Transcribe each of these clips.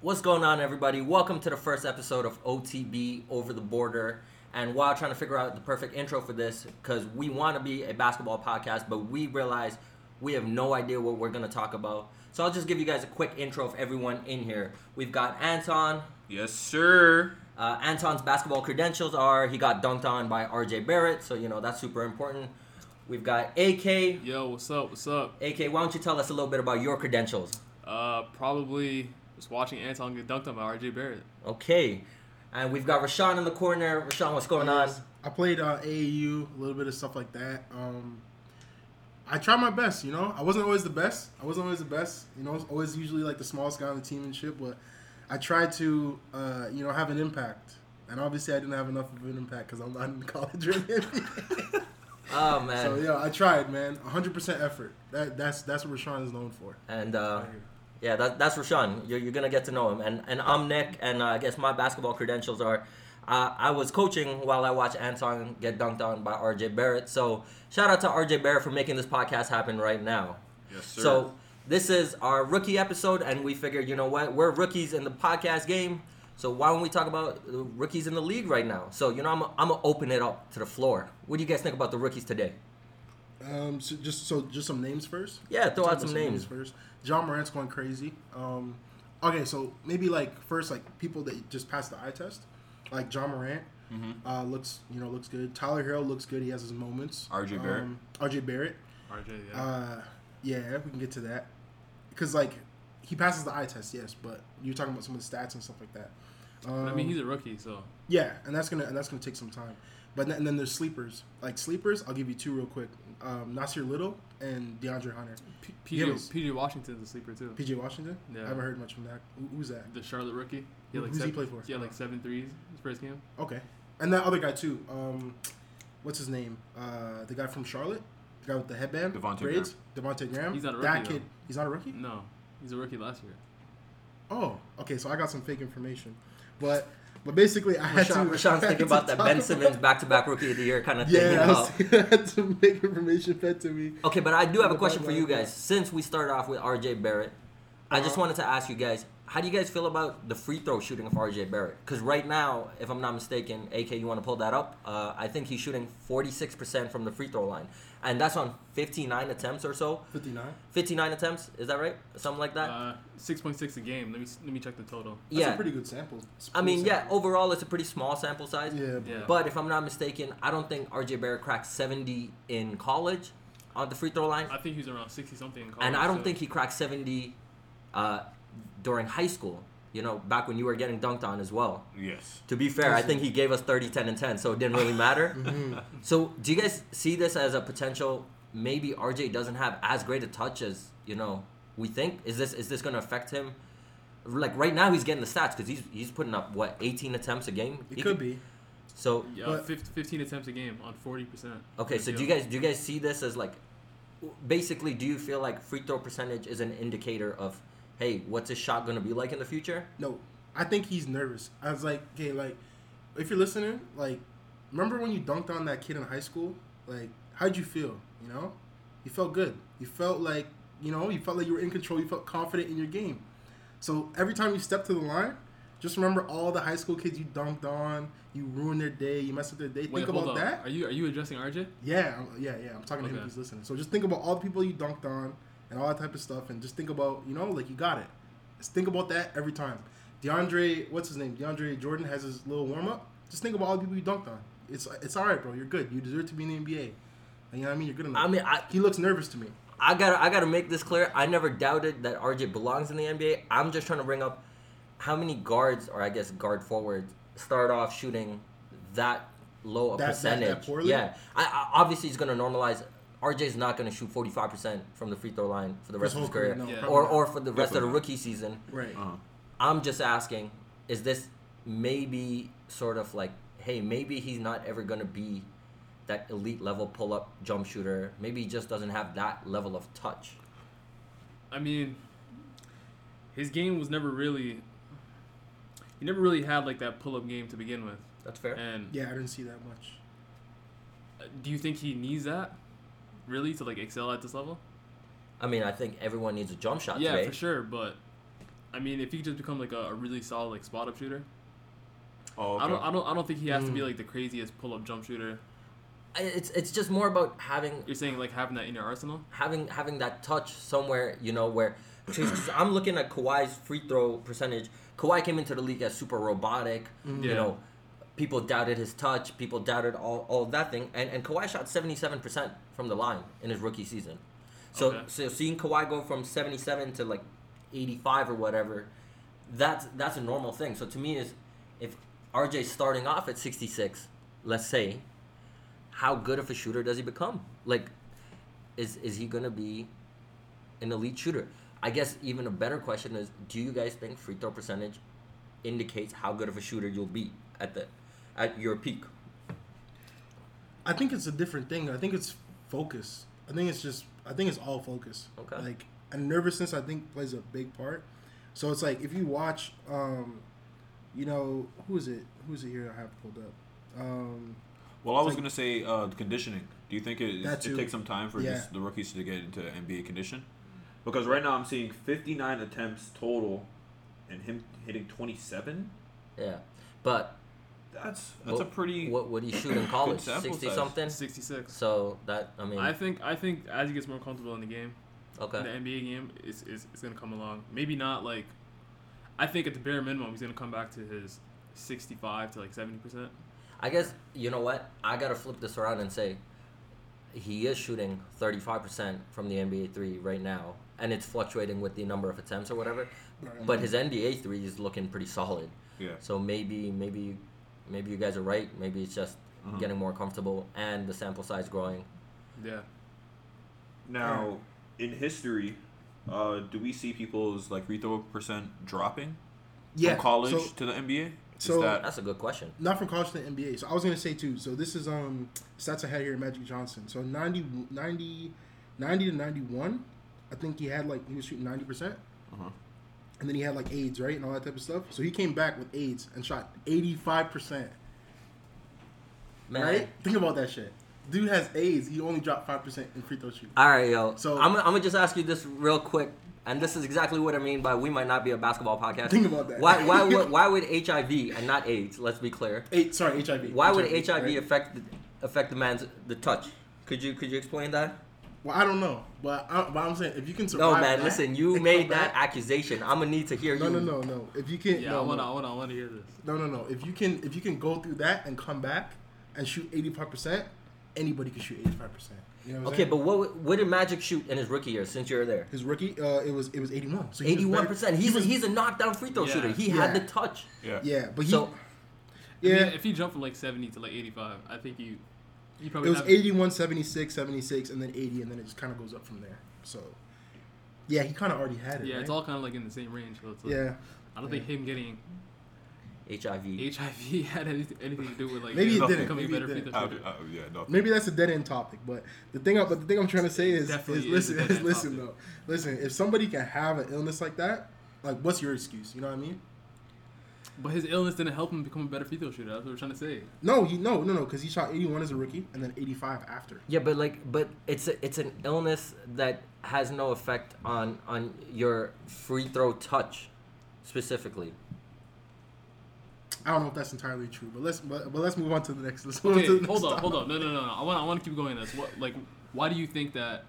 What's going on, everybody? Welcome to the first episode of OTB Over the Border. And while trying to figure out the perfect intro for this, because we want to be a basketball podcast, but we realize we have no idea what we're going to talk about. So I'll just give you guys a quick intro of everyone in here. We've got Anton. Yes, sir. Uh, Anton's basketball credentials are he got dunked on by RJ Barrett, so you know that's super important. We've got AK. Yo, what's up? What's up? AK, why don't you tell us a little bit about your credentials? Uh, probably just watching Anton get dunked on by RJ Barrett. Okay. And we've got Rashawn in the corner. Rashawn, what's going on? I played uh, AAU, a little bit of stuff like that. Um, I tried my best, you know. I wasn't always the best. I wasn't always the best. You know, I was always usually like the smallest guy on the team and shit. But I tried to, uh, you know, have an impact. And obviously, I didn't have enough of an impact because I'm not in college or NBA. Oh, man. so yeah, I tried, man. 100% effort. That, that's that's what Rashawn is known for. And uh, yeah, that, that's Rashawn. You're, you're gonna get to know him. And and I'm Nick, and uh, I guess my basketball credentials are, uh, I was coaching while I watched Anton get dunked on by R.J. Barrett. So shout out to R.J. Barrett for making this podcast happen right now. Yes, So this is our rookie episode, and we figured, you know what, we're rookies in the podcast game. So why don't we talk about the rookies in the league right now? So you know, I'm I'm gonna open it up to the floor. What do you guys think about the rookies today? Um, so just so just some names first. Yeah, throw Talk out about some names. first. John Morant's going crazy. Um, okay, so maybe like first like people that just passed the eye test, like John Morant Mm-hmm. uh, looks you know looks good. Tyler Hero looks good. He has his moments. RJ Barrett. Um, RJ Barrett. RJ, Uh, yeah, we can get to that because like he passes the eye test, yes, but you're talking about some of the stats and stuff like that. Um, I mean, he's a rookie, so yeah, and that's gonna and that's gonna take some time. But then, and then there's sleepers. Like sleepers, I'll give you two real quick. Um, Nasir Little and DeAndre Hunter. P- Yeah, PJ but- PJ Washington's a sleeper too. PJ Washington. Yeah. I haven't heard much from that. Who- Who's that? The Charlotte rookie. He had like Who's he seven, play for? He had like seven threes his first game. Okay, and that other guy too. Um, what's his name? Uh, the guy from Charlotte, the guy with the headband, Devontae braids, Devontae Graham. He's not a That rookie, kid, he's not a rookie. No, he's a rookie last year. Mm-hmm. Oh, okay. So I got some fake information, but but basically I had to. Rashawn, I had Rashawn's thinking to about that talk Ben about- Simmons back-to-back Rookie of the Year kind of thing. you Yeah, I, know? was, I had to make information fed to me. Okay, but I do have a About question for that, Uh-huh. you yeah. guys. Since we started off with RJ Barrett, I just wanted to ask you guys, how do you guys feel about the free throw shooting of RJ Barrett? Because right now, if I'm not mistaken, AK, you want to pull that up? Uh, I think he's shooting 46% from the free throw line, and that's on 59 attempts or so. Fifty nine. 59 attempts, is that right? Something like that. Uh, six point six a game. Let me s- let me check the total. That's yeah. a pretty good sample. It's I pretty mean, yeah. oh, sample. Overall, it's a pretty small sample size. Yeah, but- Yeah. But if I'm not mistaken, I don't think RJ Barrett cracked 70 in college on the free throw line. I think he was around sixty something. In college, and I don't so- think he cracked 70 uh, during high school, you know, back when you were getting dunked on as well. Yes. To be fair, I think he gave us 30, 10, and 10, so it didn't really matter. So, do you guys see this as a potential? Maybe RJ doesn't have as great a touch as you know we think. Is this is this going to affect him? Like right now, he's getting the stats because he's he's putting up what 18 attempts a game. it He could be. So Yeah, but- fif- fifteen attempts a game on forty percent. Okay, so do you guys do you guys see this as like, w- basically, do you feel like free throw percentage is an indicator of, hey, what's his shot gonna be like in the future? No, I think he's nervous. I was like, okay, like, if you're listening, like, remember when you dunked on that kid in high school? Like, how'd you feel? You know, you felt good. You felt like, you know, you felt like you were in control. You felt confident in your game. So every time you step to the line, just remember all the high school kids you dunked on. You ruined their day. You messed up their day. Wait, think hold about up. that. Are you are you addressing RJ? Yeah, I'm, yeah, yeah. I'm talking to him Okay. who's listening. So just think about all the people you dunked on and all that type of stuff, and just think about, you know, like you got it. Just think about that every time. DeAndre, what's his name? DeAndre Jordan has his little warm up. Just think about all the people you dunked on. It's it's all right, bro. You're good. You deserve to be in the NBA. You know what I mean? You're good enough. I mean, I, he looks nervous to me. I gotta I gotta make this clear. I never doubted that RJ belongs in the NBA. I'm just trying to bring up how many guards or I guess guard forwards start off shooting that low a That- that- that percentage. poorly? Yeah, I, I, obviously it's gonna normalize. RJ's not gonna shoot 45% from the free throw line for the rest of whole his career, career, no, Yeah. probably or not. or for the rest of the Definitely not. rookie season. Right. Uh-huh. I'm just asking, is this maybe sort of like, hey, maybe he's not ever going to be that elite level pull up jump shooter. Maybe he just doesn't have that level of touch. I mean, his game was never really. He never really had like that pull-up game to begin with, That's fair. and Yeah, I didn't see that much. uh, do you think he needs that, really, to like excel at this level? I mean, I think everyone needs a jump shot yeah, today. for sure. But I mean, if he could just become like a, a really solid like spot up shooter, Oh, okay. I don't, I don't, I don't think he has to be Mm. like the craziest pull up jump shooter. I- It's it's just more about having You're saying like having that in your arsenal. having having that touch somewhere, you know, where because I'm looking at Kawhi's free throw percentage. Kawhi came into the league as super robotic. You Yeah. know, people doubted his touch. People doubted all, all that thing. And and Kawhi shot 77% from the line in his rookie season. So Okay. so seeing Kawhi go from 77 to like 85 or whatever, that's that's a normal thing. So to me is if RJ's starting off at 66, let's say, how good of a shooter does he become? Like, is is he gonna be an elite shooter? I guess even a better question is: Do you guys think free throw percentage indicates how good of a shooter you'll be at the at your peak? I think it's a different thing. I think it's focus. I think it's just. I think it's all focus. Okay. Like and nervousness, I think plays a big part. So it's like if you watch, um, you know, who is it? Who is it here? I have pulled up. Um, Well, I was gonna say uh, conditioning. Do you think it, That it too. takes some time for Yeah. just the rookies to get into NBA condition? Because right now I'm seeing 59 attempts total, and him hitting 27. Yeah, but That's that's a what- pretty. What would he shoot in college? sample Sixty size. something. Sixty six. So that I mean, I think I think as he gets more comfortable in the game, okay, in the NBA game, it's, it's, it's gonna come along. Maybe not like, I think at the bare minimum, he's gonna come back to his sixty five to like seventy percent. I guess you know what? I gotta flip this around and say he is shooting 35% from the NBA three right now, and it's fluctuating with the number of attempts or whatever. Right. But his NBA three is looking pretty solid. yeah. So maybe, maybe, maybe you guys are right. Maybe it's just Uh-huh. getting more comfortable and the sample size growing. Yeah. Now, in history, uh, do we see people's like free throw percent dropping yeah. from college So, to the NBA? Is so- that That's a good question. not from college to the NBA. So I was gonna say too. So this is um stats I had here. Magic Johnson. So 90, 90, 90 to ninety one. I think he had like he was shooting ninety percent. Uh-huh. uh and then he had like AIDS, right, and all that type of stuff. So he came back with AIDS and shot eighty five percent. Man. Right? Think about that shit. Dude has AIDS. He only dropped five percent in free throw shooting. All right, yo. So So- I'm, I'm gonna just ask you this real quick, and this is exactly what I mean by we might not be a basketball podcast. Think about that. Why, why, would- why would HIV and not AIDS? Let's be clear. Eight, sorry, HIV. Why would HIV right? affect the, affect the man's the touch? Could you could you explain that? Well, I don't know, but, I, but I'm saying if you can survive. No, man. that Listen, and you come made that back- accusation. I'm gonna need to hear No, you. no, no, no. If you can, Yeah. I no, wanna I no, wanna I wanna hear this. no, no, no. If you can, if you can go through that and come back and shoot eighty five percent, anybody can shoot eighty five percent. You know what I'm Okay, saying? but what what did Magic shoot in his rookie year? Since you're there, his rookie, uh, it was it was eighty one. So he was better- eighty-one percent. he He's was- he's a knockdown free throw Yeah. shooter. He had Yeah. the touch. yeah. yeah, but he So yeah. I mean, if he jumped from like seventy to like eighty five, I think you, you probably It was have 81, 76, 76, and then 80, and then it just kind of goes up from there. So, yeah, he kind of already had it. Yeah, right? it's all kind of like in the same range. So it's like, Yeah, I don't think him getting HIV. HIV had anything, anything to do with like Maybe him it didn't. becoming Maybe it better free didn't. throw Uh, shooter. uh, yeah. No. maybe that's a dead end topic, but the thing, I- but the thing I'm trying to say is, is Definitely is a listen, dead is end listen topic. though, listen. If somebody can have an illness like that, like what's your excuse? You know what I mean? But his illness didn't help him become a better free throw shooter. That's what we're trying to say. No, he no no no because he shot 81 as a rookie and then 85 after. Yeah, but like, but it's a, it's an illness that has no effect on on your free throw touch, specifically. I don't know if that's entirely true, but let's but, but let's move on to the next. Let's move Okay, on to the hold on, hold on. No, no, no, no. I want I want to keep going. on This what like why do you think that?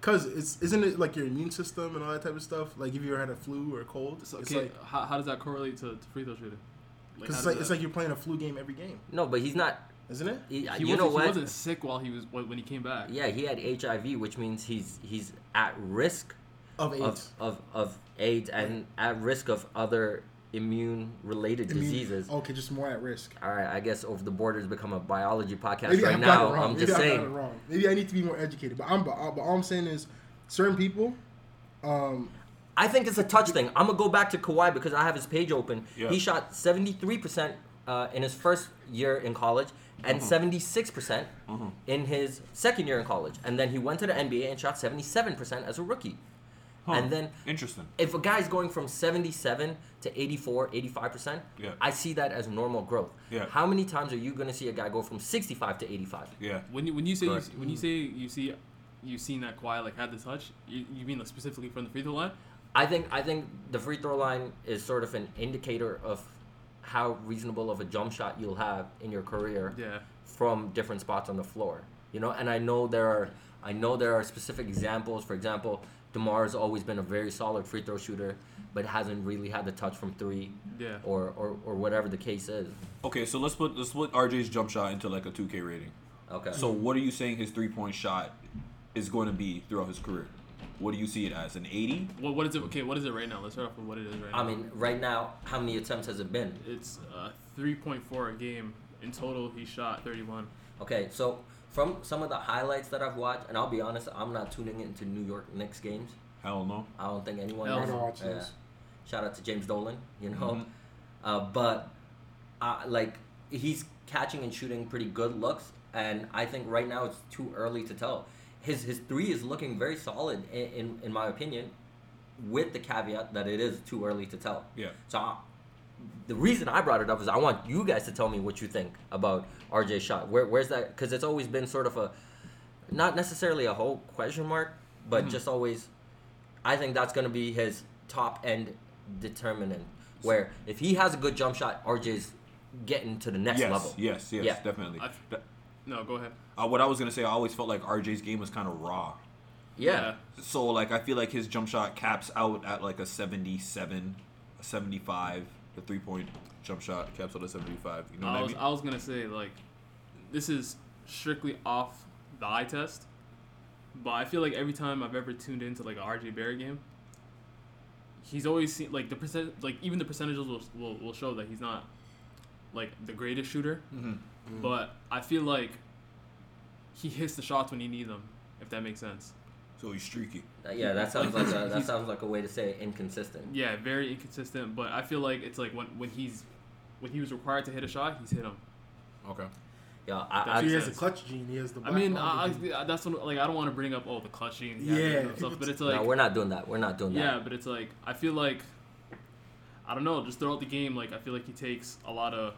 Because it's isn't it like your immune system and all that type of stuff? Like if you ever had a flu or a cold, so, it's Okay, like how, how does that correlate to, to free throw shooting? because how it's does like it's that- like you're playing a flu game every game, No, but he's not. isn't it? He, he you wasn't, know he what? wasn't sick while he was when when he came back. Yeah, he had HIV, which means he's he's at risk Of AIDS. of of, of AIDS and at risk of other immune related Immune- Oh. diseases. Okay, just more at risk. All right, I guess over the border has become a biology podcast Maybe right I've got now. it wrong. I'm Maybe just I've saying. got it wrong. Maybe I need to be more educated. But I'm but, all- but all I'm saying is, certain people, um, I think it's a touch thing. I'm gonna go back to Kawhi because I have his page open. Yeah. He shot 73 percent uh, in his first year in college and Mm-hmm. 76 percent in his second year in college, and then he went to the NBA and shot 77 percent as a rookie. Huh. And then Interesting. if a guy's going from 77 to 84, 85 percent, Yeah. I see that as normal growth. Yeah. How many times are you gonna see a guy go from 65 to 85? Yeah. When you when you say you, Correct. when you say you see you seen that Kawhi like had the touch, you, you mean like specifically from the free throw line? I think I think the free throw line is sort of an indicator of how reasonable of a jump shot you'll have in your career Yeah. from different spots on the floor. You know, and I know there are I know there are specific examples. For example, Demar's always been a very solid free throw shooter, but hasn't really had the touch from three Yeah. or or, or whatever the case is. Okay, so let's put let's put RJ's jump shot into like a 2K rating. Okay. So what are you saying his three point shot is going to be throughout his career? What do you see it as? An 80? What what is it? Okay, what is it right now? Let's start off with what it is right I now. mean, right now, how many attempts has it been? It's uh, 3.4 a game in total. He shot 31. Okay, so from some of the highlights that I've watched, and I'll be honest, I'm not tuning into New York Knicks games. Hell no. I don't think anyone. Hell is. no. I watch Yeah. this. Shout out to James Dolan, you know, Mhm. uh, but uh, like he's catching and shooting pretty good looks, and I think right now it's too early to tell. His his three is looking very solid in in, in my opinion, with the caveat that it is too early to tell. Yeah. So I, the reason I brought it up is I want you guys to tell me what you think about RJ shot. Where where's that? Because it's always been sort of a, not necessarily a whole question mark, but just always. I think that's going to be his top end determinant. Where if he has a good jump shot, RJ's getting to the next Yes, level. yes, yes, Yeah. definitely. I- That- No, go ahead. uh, what I was gonna say, I always felt like RJ's game was kind of raw. Yeah. So like I feel like his jump shot caps out at like a 77, a 75, the three point jump shot caps out at 75. You know what Oh, I I was mean? I was gonna say like, this is strictly off the eye test, but I feel like every time I've ever tuned into like a RJ Barrett game, he's always seen like the percent like even the percentages will will, will show that he's not like the greatest shooter, oh. Mhm. Mm-hmm. but I feel like he hits the shots when he needs them. If that makes sense. So he's streaky. Uh, Yeah, that sounds like a, that He's- sounds like a way to say inconsistent. Yeah, very inconsistent, but I feel like it's like when when he's when he was required to hit a shot, he's hit him. Okay. Yeah, That's I, So he I, it. has a clutch gene. He has the. I Black mean, I, Mamba gene. I, that's what, like I don't want to bring up all the clutching, and Yeah. stuff, but it's no, like we're not doing that. We're not doing that. yeah, but it's like I feel like I don't know, just throughout the game, like I feel like he takes a lot of,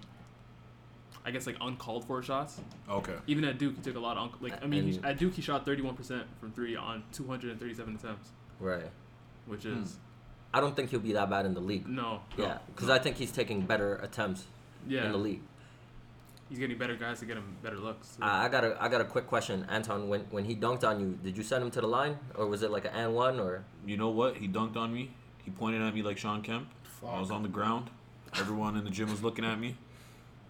I guess like uncalled for shots. Okay. Even at Duke, he took a lot of unc like I A- mean, he, and- at Duke he shot thirty one percent from three on two hundred and thirty seven attempts, Right. which is I don't think he'll be that bad in the league. no, Hmm. Yeah, because I think he's taking better attempts yeah, in the league. he's getting better guys to get him better looks. I I got a I got a quick question, Anton. When when he dunked on you, did you send him to the line, or was it like an and one, or You know what? He dunked on me. He pointed at me like Sean Kemp. I was Fuck. on the ground. Everyone in the gym was looking at me,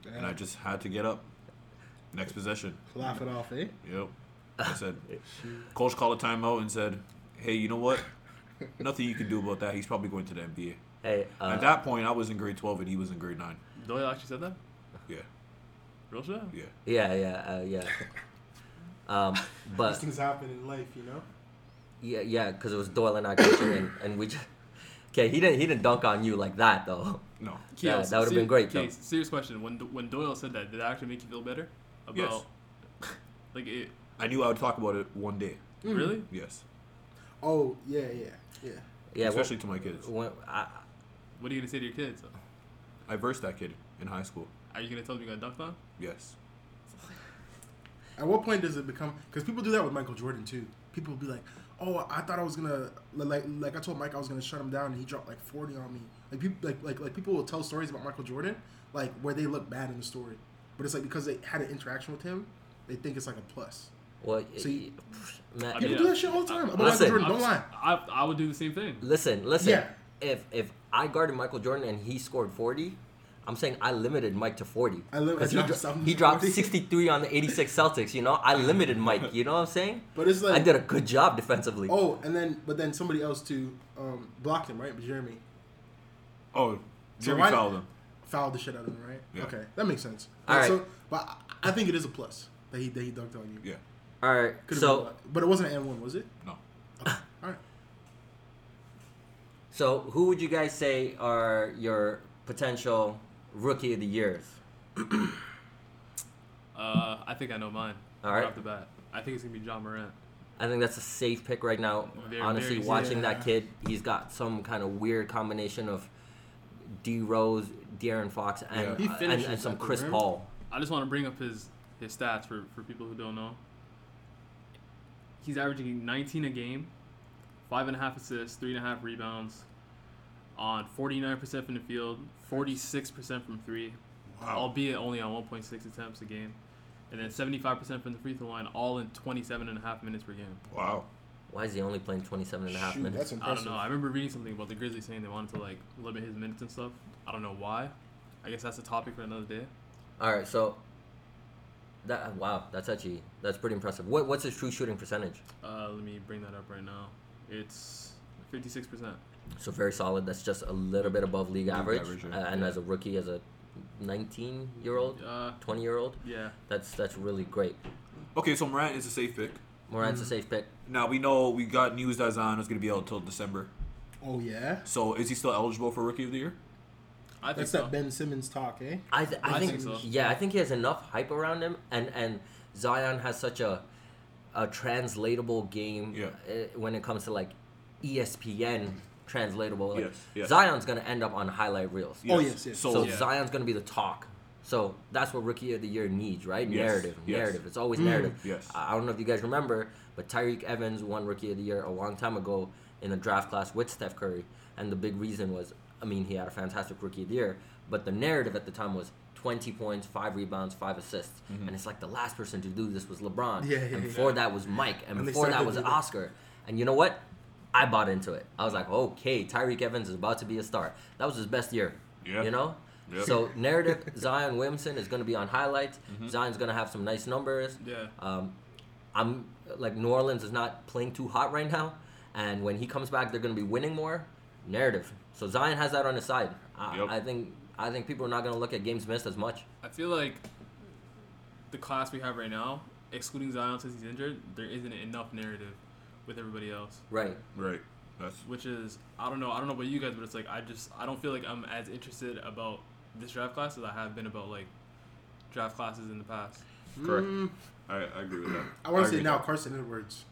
and Mm. I Yeah. just had to get up. Next possession. Laugh it off, eh? Yep. I said, Coach called a timeout and said, "Hey, you know what? Nothing you can do about that. He's probably going to the NBA." hey? Uh, At that point, I was in grade 12 and he was in grade 9. Doyle actually said that. Yeah, Real shit. yeah. yeah, yeah, uh, yeah. Um, These but things happen in life, you know. yeah, yeah, because it was Doyle and I coaching, and, and we just okay. He didn't he didn't dunk on you like that though. No. Yeah, Keos, that would've seri- been great, Okay, though. serious question: When Do- when Doyle said that, did that actually make you feel better about? Yes. like it I knew I would talk about it one day. Mm-hmm. really? Yes. Oh yeah, yeah, yeah. Yeah, well, Especially to my kids. when, I, What are you gonna say to your kids? I versed that kid in high school. Are you gonna tell them you got dunked on? Yes. At what point does it become? Because people do that with Michael Jordan too. People will be like, "Oh, I thought I was gonna like like I told Mike I was gonna shut him down, and he dropped like forty on me." Like people like like like people will tell stories about Michael Jordan like where they look bad in the story, but it's like because they had an interaction with him, they think it's like a plus. well, So you- man, I People mean, do that shit all the time. About Listen, Michael Jordan, I'm don't lie. s- I, I would do the same thing. listen, listen. Yeah. If if I guarded Michael Jordan and he scored forty. I'm saying I limited Mike to 40. I lim- I 'Cause he, dropped dro- something he to dropped 40. 63 on the 86 Celtics, you know? I limited Mike, you know what I'm saying? But it's like I did a good job defensively. oh, and then but then somebody else too um, blocked him, right? Jeremy Oh, So Jimmy why- fouled him. fouled the shit out of him, right? Yeah. Okay, that makes sense. All Like, right. so, but I- I think it is a plus that he that he dunked on you. Yeah. All right. Could've been So black. but it wasn't an one, was it? No. All right. so who would you guys say are your potential rookie of the years? Uh, I think I know mine. All right. Off the bat, I think it's gonna be John Morant. I think that's a safe pick right now. Very, Honestly, very watching safe. that kid, he's got some kind of weird combination of D Rose, De'Aaron Fox, and He and, finishes and some at the Chris rim. Paul. I just want to bring up his his stats for for people who don't know. He's averaging 19 a game, five and a half assists, three and a half rebounds, on 49% from the field, 46% from three, Wow. albeit only on 1.6 attempts a game, and then 75% from the free throw line, all in 27 and a half minutes per game. Wow. Why is he only playing 27 and a half Shoot, minutes? that's I don't impressive. know. I remember reading something about the Grizzlies saying they wanted to like limit his minutes and stuff. I don't know why. I guess that's a topic for another day. All right, so that wow, that's actually that's pretty impressive. What what's his true shooting percentage? Uh, let me bring that up right now. It's 56%. So very solid. That's just a little bit above league average. average, yeah. Uh, and as a rookie, as a 19 year old, Uh, 20 year old, yeah. that's that's really great. Okay, so Morant is a safe pick. Morant's a safe pick. Now we know we got news that Zion is going to be out until December. Oh yeah, So is he still eligible for Rookie of the Year? I think that's so. that Ben Simmons talk, eh? I, th- I, I think, think so. yeah, I think he has enough hype around him, and and Zion has such a a translatable game Yeah. uh, when it comes to like E ESPN translatable. Like, Yes, yes. Zion's gonna end up on highlight reels. Oh, yes, yes. So So Yeah. Zion's going to be the talk. So that's what Rookie of the Year needs, right? Yes, Narrative, yes. narrative. It's always narrative. yes. I I don't know if you guys remember, but Tyreek Evans won Rookie of the Year a long time ago in a draft class with Steph Curry, and the big reason was, I mean, he had a fantastic Rookie of the Year, but the narrative at the time was. 20 points, 5 rebounds, 5 assists. And it's like the last person to do this was LeBron. Yeah, yeah, and yeah. before that was Mike. And, And they before started that to was do that. Oscar. And you know what? I bought into it. I was like, okay, Tyreek Evans is about to be a star. That was his best year. Yeah. You know? Yep. So narrative Zion Williamson is going to be on highlights. Mm-hmm. Zion's going to have some nice numbers. Yeah. Um, I'm like New Orleans is not playing too hot right now, and when he comes back, they're going to be winning more. Narrative. So Zion has that on his side. I, Yep. I think I think people are not going to look at games missed as much. I feel like the class we have right now, excluding Zion since he's injured, there isn't enough narrative with everybody else. Right. right, that's Which is I don't know, I don't know about you guys, but it's like I just I don't feel like I'm as interested about this draft class as I have been about like draft classes in the past. correct. Mm, I, I agree with that. I want to say agree. now Carson Edwards.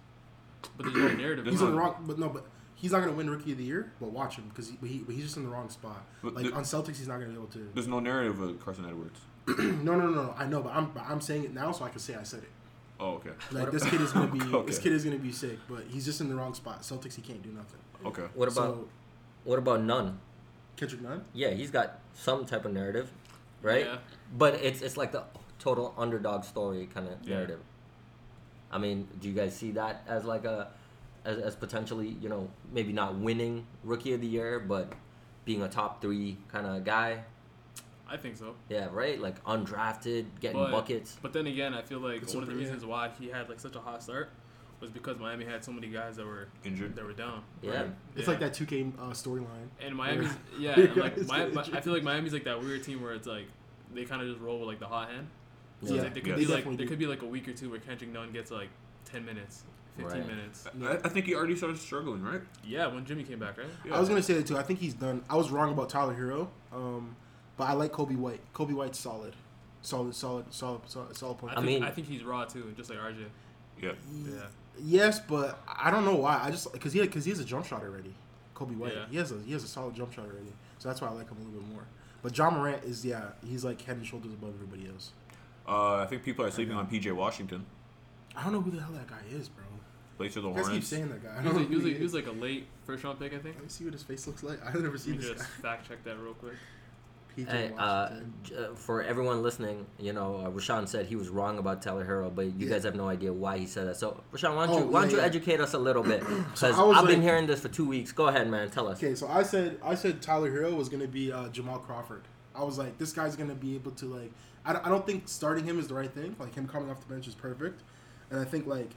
But there's no narrative. There's He's not- in Mm. the wrong, but no, but he's not gonna win Rookie of the Year. But watch him because he, but he, but he's just in the wrong spot. But like the- on Celtics, he's not gonna be able to. There's no narrative of Carson Edwards. no, no, no, no. I know, but I'm, but I'm saying it now so I can say I said it. Oh, okay, Like this kid is gonna be, this Okay. kid is gonna be sick. But he's just in the wrong spot. Celtics, he can't do nothing. okay. What about so what about none? Kendrick Nunn? Yeah, he's got some type of narrative, right? Yeah. But it's it's like the total underdog story kind of Yeah. narrative. I mean, do you guys see that as like a as, as potentially, you know, maybe not winning rookie of the year, but being a top 3 kind of guy? I think so. Yeah, right? Like undrafted, getting But- buckets. But then again, I feel like It's one of the super- yeah. reasons why he had like such a hot start was because Miami had so many guys that were Injured. that were down. Yeah. It's Yeah. like that 2K uh, storyline. And Miami's yeah, Yeah, and like it's Mi- good. Mi- I feel like Miami's like that weird team where it's like they kind of just roll with like the hot hand. Yeah. So it's like there could Yeah. be They like definitely there do. could be like a week or two where Kendrick Nunn gets like ten minutes, fifteen Right. minutes. I, I think he already started struggling, right? Yeah, when Jimmy came back, right? Yeah. I was gonna say that too. I think he's done. I was wrong about Tyler Hero, um, but I like Kobe White. Kobe White's solid, solid, solid, solid, solid, solid I, point. think, I mean- think he's raw too, just like RJ. Yeah. Yeah. Yes, but I don't know why. I just because he because he has a jump shot already. Kobe White. Yeah. He has a he has a solid jump shot already. So that's why I like him a little bit more. But John Morant is yeah he's like head and shoulders above everybody else. Uh, I think people are sleeping on PJ Washington. I don't know who the hell that guy is, bro. Later the You guys keep Hornets. saying that guy. I He was, don't like, he, was know who like, he he is. was like a late first round pick, I think. Let me see what his face looks like. I've never Let seen me this just guy. fact check that real quick. PJ Hey, uh, Washington. j- uh, for everyone listening, you know, uh, Rashawn said he was wrong about Tyler Hero, but you Yeah. guys have no idea why he said that. So, Rashawn, why don't Oh, you, why don't yeah, you yeah. educate us a little bit? Because I was I've been like- hearing this for two weeks. Go ahead, man. Tell us. Okay, so I said I said Tyler Hero was gonna be uh, Jamal Crawford. I was like, this guy's gonna be able to like. I don't, I don't think starting him is the right thing. Like him coming off the bench is perfect, and I think like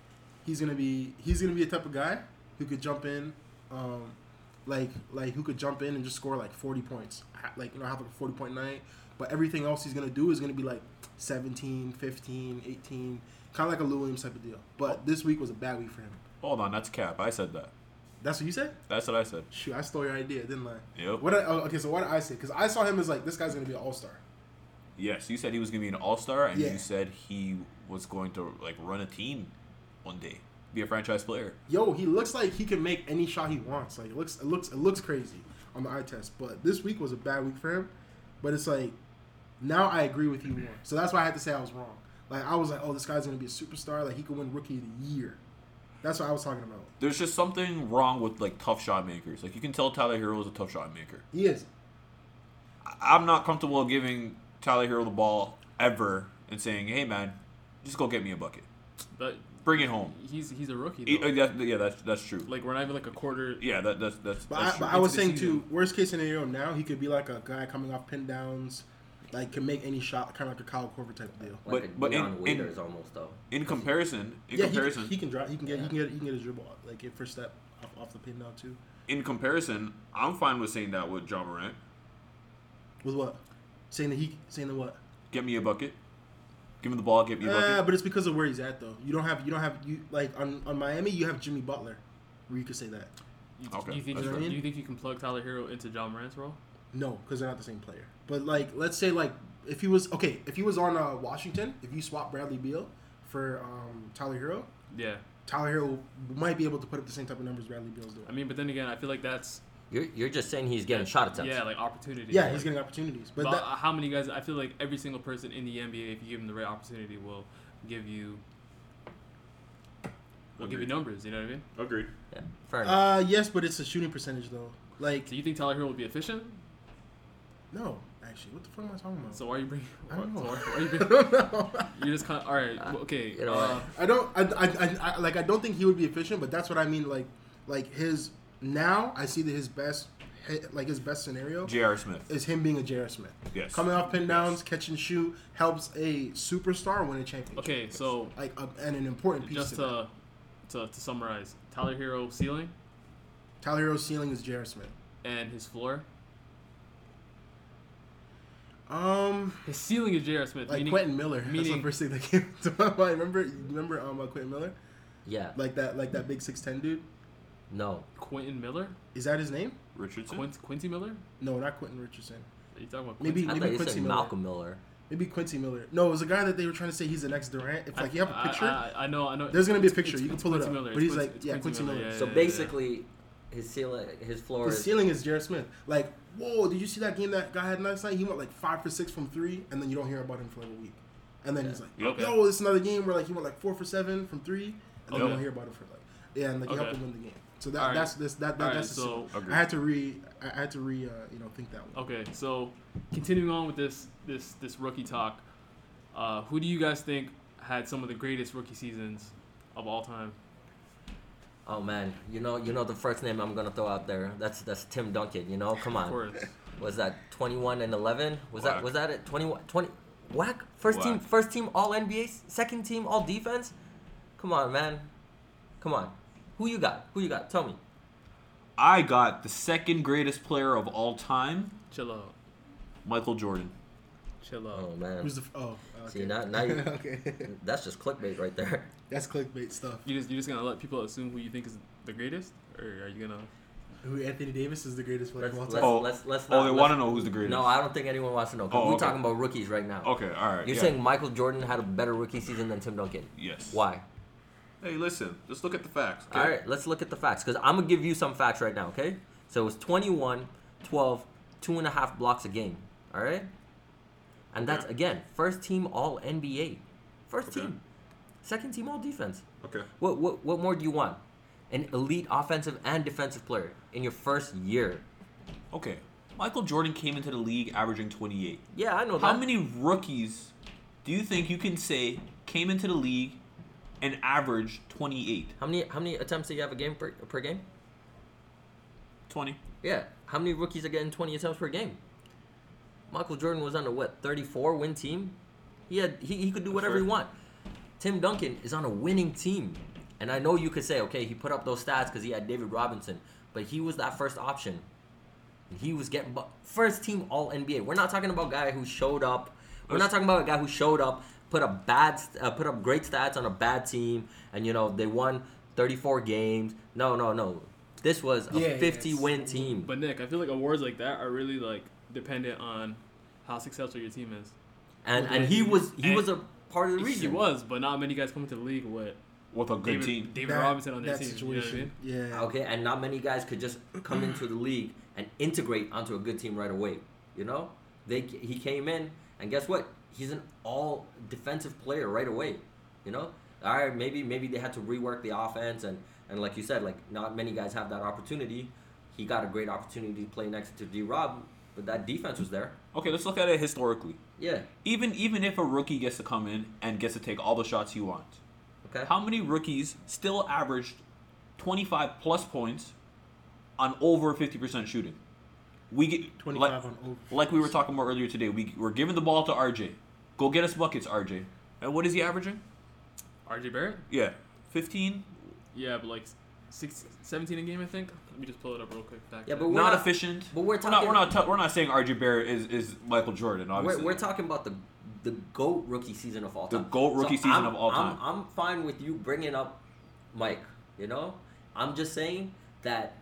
he's gonna be he's gonna be a type of guy who could jump in, um, like like who could jump in and just score like forty points, Ha- like you know have like a forty point night. But everything else he's gonna do is gonna be like 17, 15, 18, kind of like a Lou Williams type of deal. But this week was a bad week for him. Hold on, that's Cap. I said that. That's what you said. That's what I said. Shoot, I stole your idea, didn't I? Yep. What? I, oh, okay, so what did I say? Because I saw him as like this guy's gonna be an all star. Yes, you said he was gonna be an all star, and Yeah. you said he was going to like run a team one day, be a franchise player. Yo, he looks like he can make any shot he wants. Like it looks, it looks, it looks crazy on the eye test. But this week was a bad week for him. But it's like now I agree with you more. So that's why I had to say I was wrong. Like I was like, oh, this guy's gonna be a superstar. Like he could win rookie of the year. That's what I was talking about. There's just something wrong with like tough shot makers. Like you can tell Tyler Hero is a tough shot maker. He is. I- I'm not comfortable giving Tyler Hero the ball ever and saying, "Hey man, just go get me a bucket, But bring it home." he's he's a rookie. E- Though. uh, that- yeah, that's that's true. Like we're not even like a quarter. Yeah, that, that's that's. But that's I, true. but I was It's the saying season. too, worst case scenario now, he could be like a guy coming off pin downs, like can make any shot, kind of like a Kyle Korver type of deal. But- Like a but in- Deion in- Waiters almost though. in comparison, in yeah, he, comparison, he can drop. He can get. Yeah. He can get. He can get his dribble like get first step off, off the pin down too. in comparison, I'm fine with saying that with John Morant. With what? Saying that he. Saying that what? Get me a bucket. Give me the ball. Get me a Yeah, bucket. but it's because of where he's at though. You don't have. You don't have. You like on on Miami. You have Jimmy Butler, where you could say that. You, Okay, you think that's you, fair. you think you can plug Tyler Hero into John Morant's role? No, because they're not the same player. But like, let's say like if he was okay, if he was on uh, Washington, if you swap Bradley Beal for um, Tyler Hero, Yeah. Tyler Hero might be able to put up the same type of numbers Bradley Beal's doing. I mean, but then again, I feel like that's You're, you're just saying he's getting shot attempts. yeah, like opportunity. yeah, Like, he's getting opportunities, but But that, how many guys? I feel like every single person in the NBA, if you give them the right opportunity, will give you will give you Agreed. numbers. You know what I mean? Agreed. Yeah, fair enough. uh, yes, but it's a shooting percentage though. Like, So you think Tyler Hero will be efficient? no, actually, what the fuck am I talking about? So why are you bringing? I don't so know. why- why are you I bringing? don't know. You're just kind of all right. Uh, well, okay. you know uh, I don't. I, I, I, I like. I don't think he would be efficient, but that's what I mean. Like, like his now, I see that his best, hit- like his best scenario J.R. Smith. is him being a J.R. Smith. Yes. Coming off pin downs, catch and shoot helps a superstar win a championship. okay. So Like a, and an important piece. just uh, to that. to, to to summarize, Tyler Hero ceiling Tyler Hero's ceiling is J.R. Smith. and his floor. Um, His ceiling is J.R. Smith. like meaning- Quentin Miller. That's the meaning- first thing that came to my mind. Remember, remember um, uh, Quentin Miller, yeah. like that, like that big six ten dude. No. Quentin Miller, Is that his name? Richardson. Quint, Quincy Miller. No, not Quentin Richardson. Are you talking about Maybe- Quincy? I maybe thought you Quincy said Miller. Malcolm Miller. Maybe Quincy Miller. No, it was a guy that they were trying to say he's the next Durant. If like you have I- a picture, I, I, know. I know. There's gonna be a It's- picture, it's- you can it's pull it Quincy up. Miller, But it's he's Quincy- like, it's yeah, Quincy Miller. So yeah, yeah, yeah. basically, his ceiling, his floor his is ceiling is Jared Smith. Like, whoa, did you see that game that guy had last night? He went like five for six from three, and then you don't hear about him for like a week. And then he's like, Yep. yo, it's another game where like he went like four for seven from three, and then you Okay. don't hear about him for like yeah, and like you Okay. have to win the game. So that, All right. that's this that, that All right, that's the so- ceiling. Agreed. I had to re I I had to re uh, you know think that one. Okay, so continuing on with this this this rookie talk, uh, who do you guys think had some of the greatest rookie seasons of all time? Oh man, you know, you know the first name I'm gonna throw out there. That's that's Tim Duncan. You know, come Of on. course. Was that 21 and 11? Was that Whack. was that it? 21, 20. Whack. First team, Whack. first team All NBA, second team All Defense. Come on, man. Come on. Who you got? Who you got? Tell me. I got the second greatest player of all time, Chill out. Michael Jordan. Chill out. Oh man, Who's the f- oh okay. See, now- now you- okay that's just clickbait right there. that's clickbait stuff. You just you just gonna let people assume who you think is the greatest, or are you gonna? Who Anthony Davis is the greatest player Let's of all let's time? Oh. let's let's. Oh, not- they let's- want to know who's the greatest. No, I don't think anyone wants to know. 'cause Oh, We're okay. talking about rookies right now. Okay, all right. You're yeah. saying Michael Jordan had a better rookie season than Tim Duncan. yes. Why? Hey, listen. Just look at the facts. Okay? All right, let's look at the facts because I'm going to give you some facts right now, okay? So it was 21, 12, two and a half blocks a game, all right? And that's, Okay. again, first team All NBA. First Okay. team. Second team All Defense. Okay. What, what, what more do you want? An elite offensive and defensive player in your first year. Okay. Michael Jordan came into the league averaging 28. Yeah, I know that. How many rookies do you think you can say came into the league and averaged 28? How many, how many attempts do you have a game per, per game? 20. Yeah. How many rookies are getting 20 attempts per game? Michael Jordan was on a what 34 win team. He had he, he could do whatever he fair. want. Tim Duncan is on a winning team, and I know you could say, okay, he put up those stats because he had David Robinson, but he was that first option. He was getting bu- first team All NBA. We're not talking about a guy who showed up. We're not Let's- talking about a guy who showed up, put up bad, st- uh, put up great stats on a bad team, and you know they won 34 games. No, no, no. This was a Yeah, yeah, 50 it's- win team. But Nick, I feel like awards like that are really like dependent on how successful your team is. and Okay. and he was he And was a part of the He reason. was, but not many guys come into the league with With a good David, team. David Robinson on their that team. You know what I mean? situation. Yeah. Okay, and not many guys could just come into the league and integrate onto a good team right away. You know, they he came in and guess what? He's an all defensive player right away. You know, all right, maybe maybe they had to rework the offense and and like you said, like not many guys have that opportunity. He got a great opportunity to play next to D Rob, but that defense was there. Okay, let's look at it historically. Yeah. Even even if a rookie gets to come in and gets to take all the shots he wants, Okay. how many rookies still averaged 25 plus points on over 50% shooting? We get 25 like, on over. like we were talking about earlier today. We we're giving the ball to RJ. Go get us buckets, RJ. And what is he averaging? RJ Barrett? Yeah, 15. Yeah, but like six, 17 a game, I think. Let me just pull it up real quick. Back Yeah, to- but we're not, not- efficient. but we're talking- We're not. We're not, t- we're not saying RJ Barrett is, is Michael Jordan. We're, Obviously, we're talking about the the goat rookie season of all The time. GOAT rookie season I'm- of all I'm- time. I'm, fine with you bringing up Mike. You know, I'm just saying that.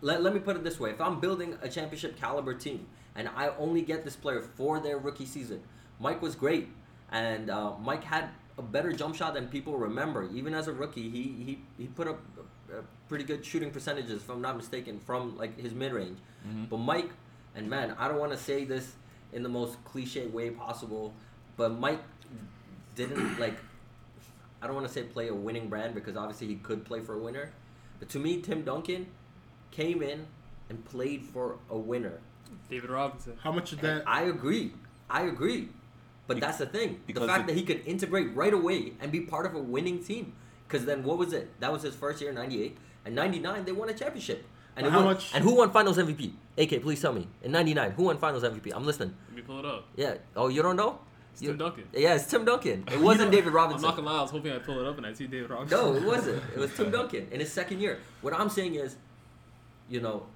Let, let me put it this way: if I'm building a championship caliber team and I only get this player for their rookie season, Mike was great, and uh, Mike had a better jump shot than people remember. Even as a rookie, he he, he put up uh, pretty good shooting percentages, if I'm not mistaken, from like his mid range. Mm-hmm. But Mike, and man, I don't want to say this in the most cliche way possible, but Mike didn't like. I don't want to say play a winning brand because obviously he could play for a winner, but to me, Tim Duncan came in and played for a winner. David Robinson. How much of And that? I agree, I agree, but that's the thing. The because fact the- that he could integrate right away and be part of a winning team. Because then what was it? That was his first year, '98 and '99. They won a championship. And, But it how won- much- and who won Finals MVP? AK, please tell me. In '99, who won Finals MVP? I'm listening. Let me pull it up. Yeah. Oh, you don't know? It's You- Tim Duncan. Yeah, it's Tim Duncan. It wasn't David I'm Robinson. not gonna lie, I was hoping I'd pull it up and I'd see David Robinson. No, it wasn't. It was Tim Duncan in his second year. What I'm saying is, you know,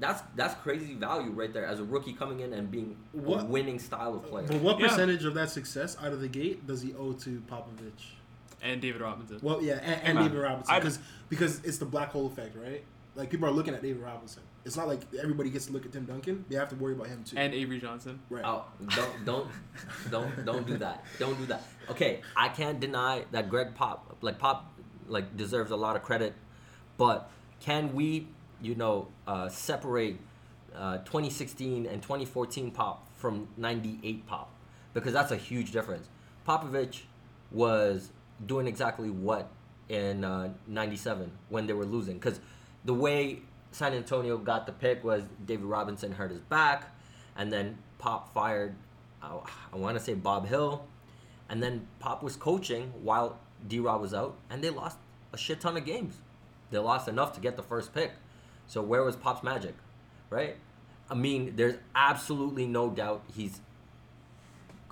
that's that's crazy value right there as a rookie coming in and being a What- winning style of player. But what Yeah. percentage of that success out of the gate does he owe to Popovich? and David Robinson. Well, yeah, and, and Nah. David Robinson I- because because it's the black hole effect, right? Like people are looking at David Robinson. It's not like everybody gets to look at Tim Duncan. They have to worry about him too. and Avery Johnson. right. Oh, don't don't don't don't do that. Don't do that. Okay, I can't deny that Greg Pop like Pop like deserves a lot of credit, but can we you know uh, separate uh, 2016 and 2014 Pop from 98 Pop because that's a huge difference. Popovich was doing exactly what in uh, 97 when they were losing because the way San Antonio got the pick was David Robinson hurt his back and then Pop fired, I, I want to say Bob Hill, and then Pop was coaching while D Rob was out, and they lost a shit ton of games. They lost enough to get the first pick. So where was Pop's magic, right? I mean, there's absolutely no doubt he's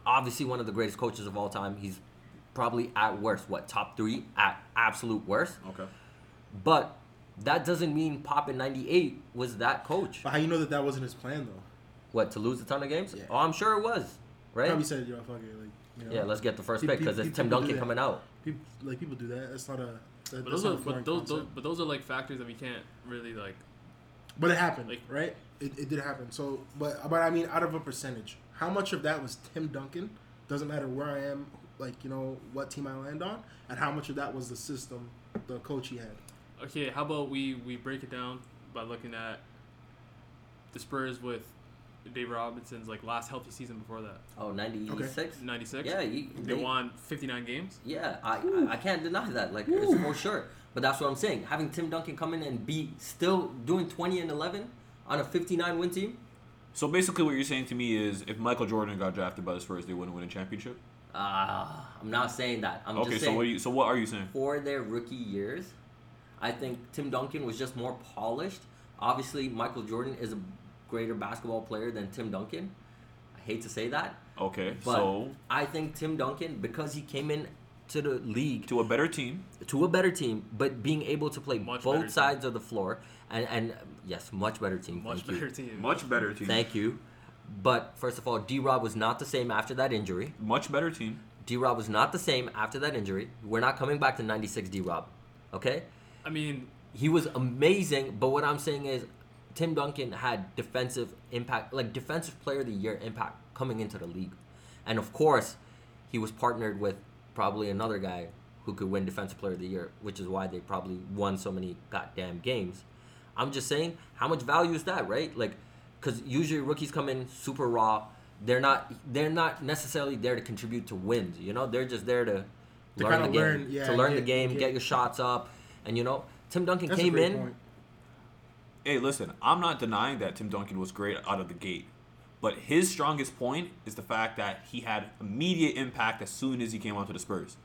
obviously one of the greatest coaches of all time. He's probably at worst what top three at absolute worst, okay. but that doesn't mean Pop in '98 was that coach. But how you know that that wasn't his plan though? What to lose a ton of games? Yeah. Oh, I'm sure it was, right? Probably said, "Yo, fuck it," like you know. Yeah, let's get the first Pe- pick pe- because pe- it's Tim people do Duncan that. coming out. People, like people do that. That's not a. That, But that's those not are a foreign but those, those concept. but those are like factors that we can't really like. But it happened, Like- right? It, it did happen. So, but but I mean, out of a percentage, how much of that was Tim Duncan? Doesn't matter where I am, like you know what team I land on, and how much of that was the system, the coach he had. Okay, how about we we break it down by looking at the Spurs with David Robinson's like last healthy season before that, Oh, 96? ninety six. Yeah, he, they won fifty nine games. Yeah, I, I, I can't deny that. Like, it's for sure. But that's what I'm saying. Having Tim Duncan come in and be still doing 20 and 11 on a 59 win team, So basically, what you're saying to me is, if Michael Jordan got drafted by the Spurs, they wouldn't win a championship. uh, I'm not saying that. I'm Okay, just so saying what are you? So what are you saying? for their rookie years, I think Tim Duncan was just more polished. Obviously, Michael Jordan is a greater basketball player than Tim Duncan. I hate to say that. Okay, But so I think Tim Duncan, because he came in to the league to a better team, to a better team, but being able to play Much better both team. sides of the floor and, and yes, much better team. Much thank better You. team. much better team, Thank you. But first of all, D Rob was not the same after that injury. much better team. D Rob was not the same after that injury. We're not coming back to 96 D Rob. Okay? I mean, He was amazing, but what I'm saying is Tim Duncan had defensive impact, like defensive player of the year impact coming into the league. And of course, he was partnered with probably another guy who could win defensive player of the year, which is why they probably won so many goddamn games. I'm just saying, how much value is that, right? Like cuz usually rookies come in super raw. They're not they're not necessarily there to contribute to wins, you know? They're just there to To learn the kinda game, learn- yeah, to learn the get- game, get- get your shots up, and you know Tim Duncan That's a came great in. point. Hey, listen, I'm not denying that Tim Duncan was great out of the gate, but his strongest point is the fact that he had immediate impact as soon as he came onto the Spurs.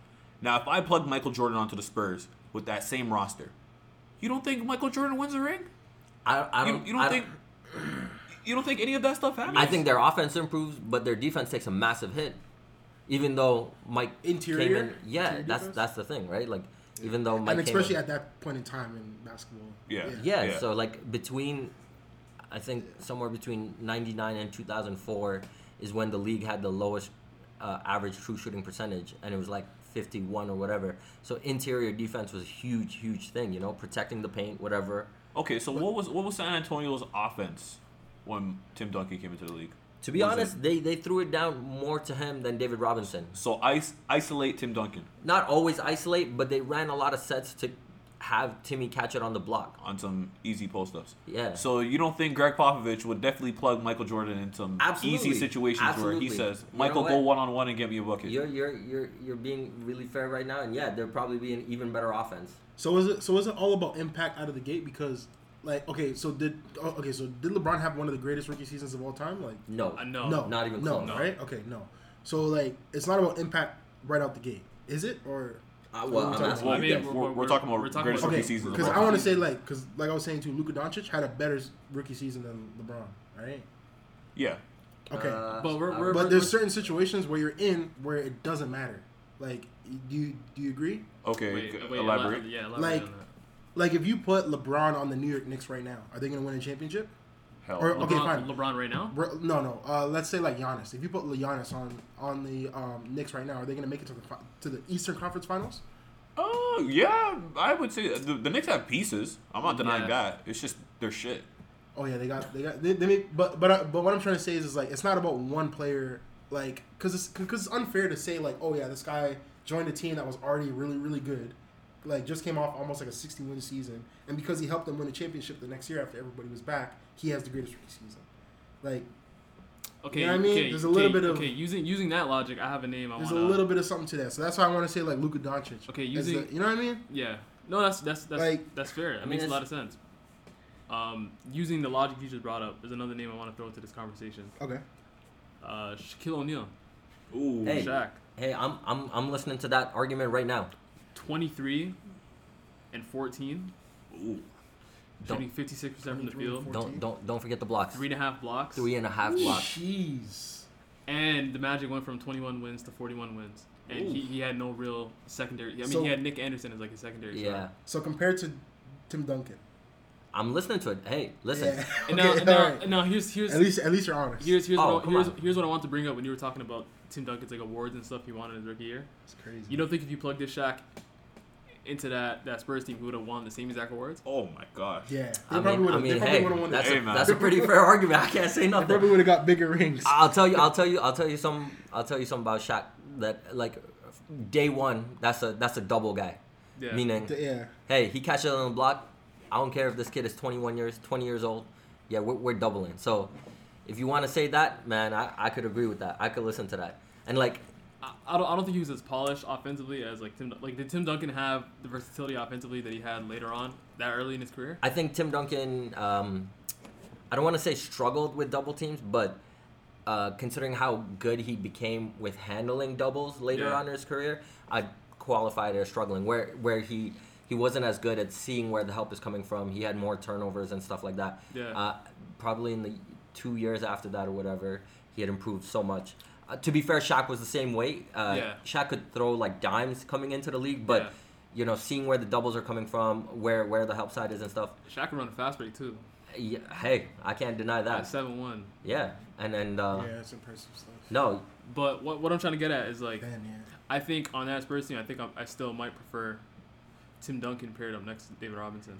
Now, if I plug Michael Jordan onto the Spurs with that same roster, you don't think Michael Jordan wins a ring? I, I You don't. you don't I think you don't think any of that stuff happens? I think their offense improves, but their defense takes a massive hit. Even though Mike came Interior? in, yeah, Interior that's defense? that's the thing, right? Like, even though Mike and especially came at that point in time in basketball. Yeah. in, yeah, yeah. so like between, I think somewhere between '99 and 2004 is when the league had the lowest uh, average true shooting percentage, and it was like 51 or whatever. So interior defense was a huge, huge thing, you know, protecting the paint, whatever. Okay, so what was what was San Antonio's offense when Tim Duncan came into the league? To be What was honest, it? they they threw it down more to him than David Robinson. so ice, isolate Tim Duncan not always isolate, but they ran a lot of sets to have Timmy catch it on the block. on some easy post ups. Yeah. So you don't think Greg Popovich would definitely plug Michael Jordan in some Absolutely. easy situations where Absolutely. he says, You know "Michael, go what? one on one and get me a bucket." You're you're you're you're being really fair right now, and yeah, there will probably be an even better offense. So was it? So was it all about impact out of the gate? Because like, okay, so did oh, okay, so did LeBron have one of the greatest rookie seasons of all time? Like, No, I know. no, not even no, close. No. right? Okay, no. So like, it's not about impact right out the gate, is it? Or I, Uh, well, I'm Well, asking. Well, I mean, yeah, we're- we're, we're- we're talking about we're talking greatest about- okay, rookie seasons. of because all I want to time. say like, because like I was saying too, Luka Doncic had a better s- rookie season than LeBron, right? yeah, Okay, Uh, But we're- I- we're- but there's certain situations where you're in where it doesn't matter. Like, do you, do you agree? okay, g- Wait, wait, elaborate. elab- Yeah, elaborate Like- on that. Like, if you put LeBron on the New York Knicks right now, are they going to win a championship? Hell, or- okay, LeBron, fine. LeBron right now? Re- No, no. Uh, let's say like Giannis. If you put Giannis on on the um, Knicks right now, are they going to make it to the fi- to the Eastern Conference Finals? oh yeah, I would say the, the Knicks have pieces. I'm not denying Yeah. that. It's just their shit. Oh yeah, they got they got they, they make, but but uh, but what I'm trying to say is is like it's not about one player like because it's because it's unfair to say like oh yeah this guy joined a team that was already really really good like just came off almost like a 60 win season and because he helped them win a championship the next year after everybody was back he has the greatest rookie season like Okay, know what I mean? okay, There's a little okay, bit of- okay. Using using that logic, I have a name. I there's want to. a little bit of something to that so that's why I want to say like Luka Doncic Okay, as using- the- you know what I mean Yeah. No, that's that's that's Like- that's fair. I That mean, makes a it's- lot of sense. Um, using the logic you just brought up, there's another name I want to throw into this conversation. okay Uh, Shaquille O'Neal, Ooh, Hey. Shaq, hey, I'm I'm I'm listening to that argument right now. 23 and 14, ooh. shooting 56 percent from the 23 and field, Don't 14. don't don't forget the blocks. three and a half blocks, Three and a half blocks. Jeez. and the Magic went from 21 wins to 41 wins, and he, Ooh. he had no real secondary. I mean, So- he had Nick Anderson as like a secondary. star. Yeah, So compared to Tim Duncan. I'm listening to it. Hey, listen. Yeah. And now, Okay, now, alright. now here's here's At least at least you're honest. Here's here's, Oh, what I, come here's, on. here's what I want to bring up when you were talking about Tim Duncan's like awards and stuff he won in his rookie year. it's crazy. You don't think if you plugged this Shaq into that, that Spurs team, we would have won the same exact awards? Oh my gosh. yeah. They I probably mean, I would've- they mean, probably hey, would've won the- that's Hey, a, man. that's a pretty fair argument. I can't say They probably nothing. would have got bigger rings. I'll tell you. I'll tell you. I'll tell you some. I'll tell you something about Shaq. That like day one. That's a that's a double guy. Yeah. Meaning, yeah. hey, he catches it on the block. I don't care if this kid is 21 years, 20 years old. Yeah, we're, we're doubling. So, if you want to say that, man, I, I could agree with that. I could listen to that. And like, I, I, don't, I don't think he was as polished offensively as like Tim. Dun- Like did Tim Duncan have the versatility offensively that he had later on that early in his career? I think Tim Duncan. Um, I don't want to say struggled with double teams, but uh, considering how good he became with handling doubles later Yeah. on in his career, I qualified as struggling. Where where he he wasn't as good at seeing where the help is coming from. He had more turnovers and stuff like that. Yeah. Uh, probably in the two years after that or whatever, he had improved so much. Uh, to be fair, Shaq was the same way. Uh, Yeah. Shaq could throw like dimes coming into the league, but Yeah. you know, seeing where the doubles are coming from, where where the help side is and stuff. Shaq can run a fast break too. Yeah, hey, I can't deny At that. seven one. Yeah, and and uh, yeah, it's impressive stuff. no, But what, what I'm trying to get at is like Then yeah. I think on that Spurs team, I think I'm, I still might prefer Tim Duncan paired up next to David Robinson,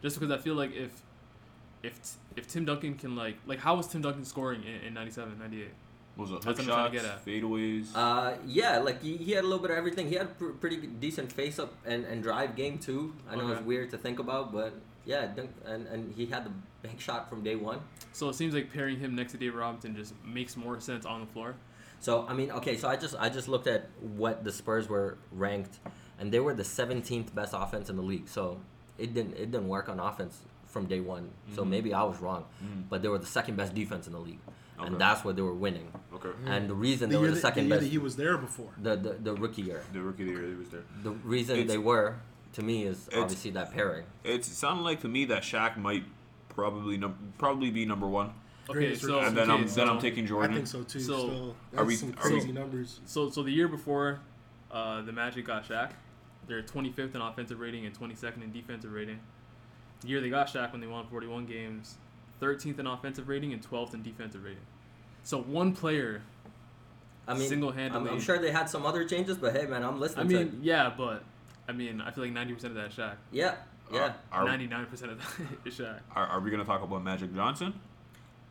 just because I feel like if if if Tim Duncan can like like how was Tim Duncan scoring in, in 97, 98? What was it? That's Hook what I'm trying to shots, get at. fadeaways. uh, yeah, like he, he had a little bit of everything. He had pr- pretty decent face up and, and drive game too. I know it's Okay. weird to think about, but Yeah, dunk, and and he had the bank shot from day one. So it seems like pairing him next to Dave Robinson just makes more sense on the floor. So I mean, okay, so I just I just looked at what the Spurs were ranked, and they were the 17th best offense in the league. So it didn't it didn't work on offense from day one. Mm-hmm. So maybe I was wrong, but they were the second best defense in the league, Okay. and that's what they were winning. Okay. And the reason Mm-hmm. the they year, were the that, second the year best that he was there before. the, the the rookie year. The rookie of the year he was there. The reason It's- they were to me is it's- obviously that pairing. It sounded like to me that Shaq might probably num- probably be number one, Okay, Greatest so recruit. and then I'm okay, then I'm so- taking I Jordan. think so too. So, Still, are that's we- some are we- crazy numbers. So, so the year before, uh, the Magic got Shaq. They're 25th in offensive rating and 22nd in defensive rating. The year they got Shaq when they won 41 games, 13th in offensive rating and 12th in defensive rating. So one player. I mean, Single-handedly- I'm, I'm sure they had some other changes, but hey, man, I'm I listening. mean, to, yeah, but I mean, I feel like 90% of that is Shaq. yeah, yeah. Are, are, 99% of that is Shaq. are, are we gonna talk about Magic Johnson?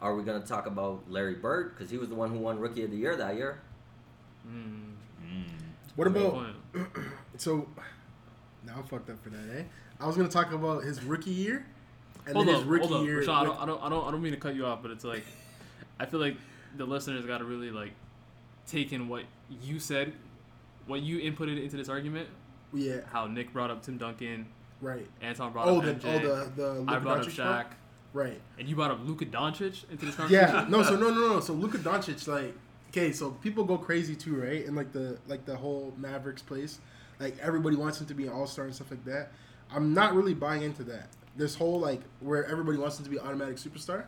Are we gonna talk about Larry Bird because he was the one who won Rookie of the Year that year? Mm, What good about point. so? Now I'm fucked up for that. Eh? I was gonna talk about his rookie year, and hold then up, his rookie hold up. year. Rashad, I, with- don't, I don't, I don't, I don't mean to cut you off, but it's like, I feel like the listeners got to really like take in what you said, what you inputted into this argument. yeah, How Nick brought up Tim Duncan, right. Anton brought Oh, up the MJ, oh the the Luka I brought up Doncic Shaq, part? Right. and you brought up Luka Doncic into this conversation. Yeah. No. So no no no. So Luka Doncic like okay. So people go crazy too, right? And like the like the whole Mavericks place, like everybody wants him to be an All Star and stuff like that. I'm not really buying into that. This whole like where everybody wants him to be an automatic superstar.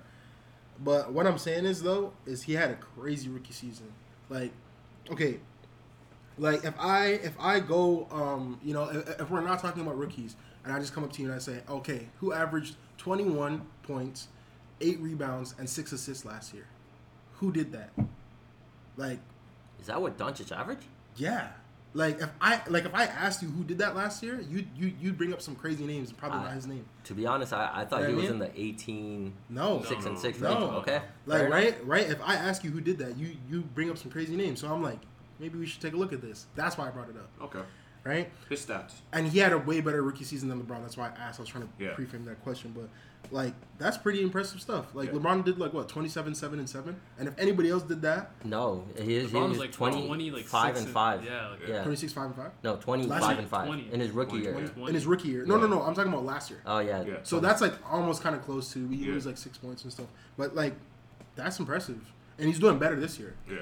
But what I'm saying is though is he had a crazy rookie season. Like, okay, like if I if I go, um, you know, if, if we're not talking about rookies, and I just come up to you and I say, okay, who averaged 21 points, eight rebounds, and six assists last year? Who did that? Like, Is that what Doncic averaged? yeah. Like if I like if I asked you who did that last year, you you you'd bring up some crazy names and probably I- not his name. To be honest, I, I thought Yeah, he was man. in the 18, No, six and six No. range. Okay, Fair Like enough. right, right. If I ask you who did that, you you bring up some crazy names. So I'm like, maybe we should take a look at this. That's why I brought it up, Okay, right? his stats. And he had a way better rookie season than LeBron. That's why I asked. I was trying to Yeah. preframe that question, but like that's pretty impressive stuff. Like Yeah. LeBron did like what 27, seven and seven. And if anybody else did that, No, he is, he LeBron was was like 20, 20, like, five six and and- five. yeah, like- yeah. twenty six, five and five. No, 20, Last five year, and five 20. in his rookie year. 20. In his rookie year. No, no, Yeah. no. I'm talking about last year. Oh yeah. Yeah. So that's like almost kind of close to. He Yeah. was like six points and stuff. But like, that's impressive. And he's doing better this year. Yeah.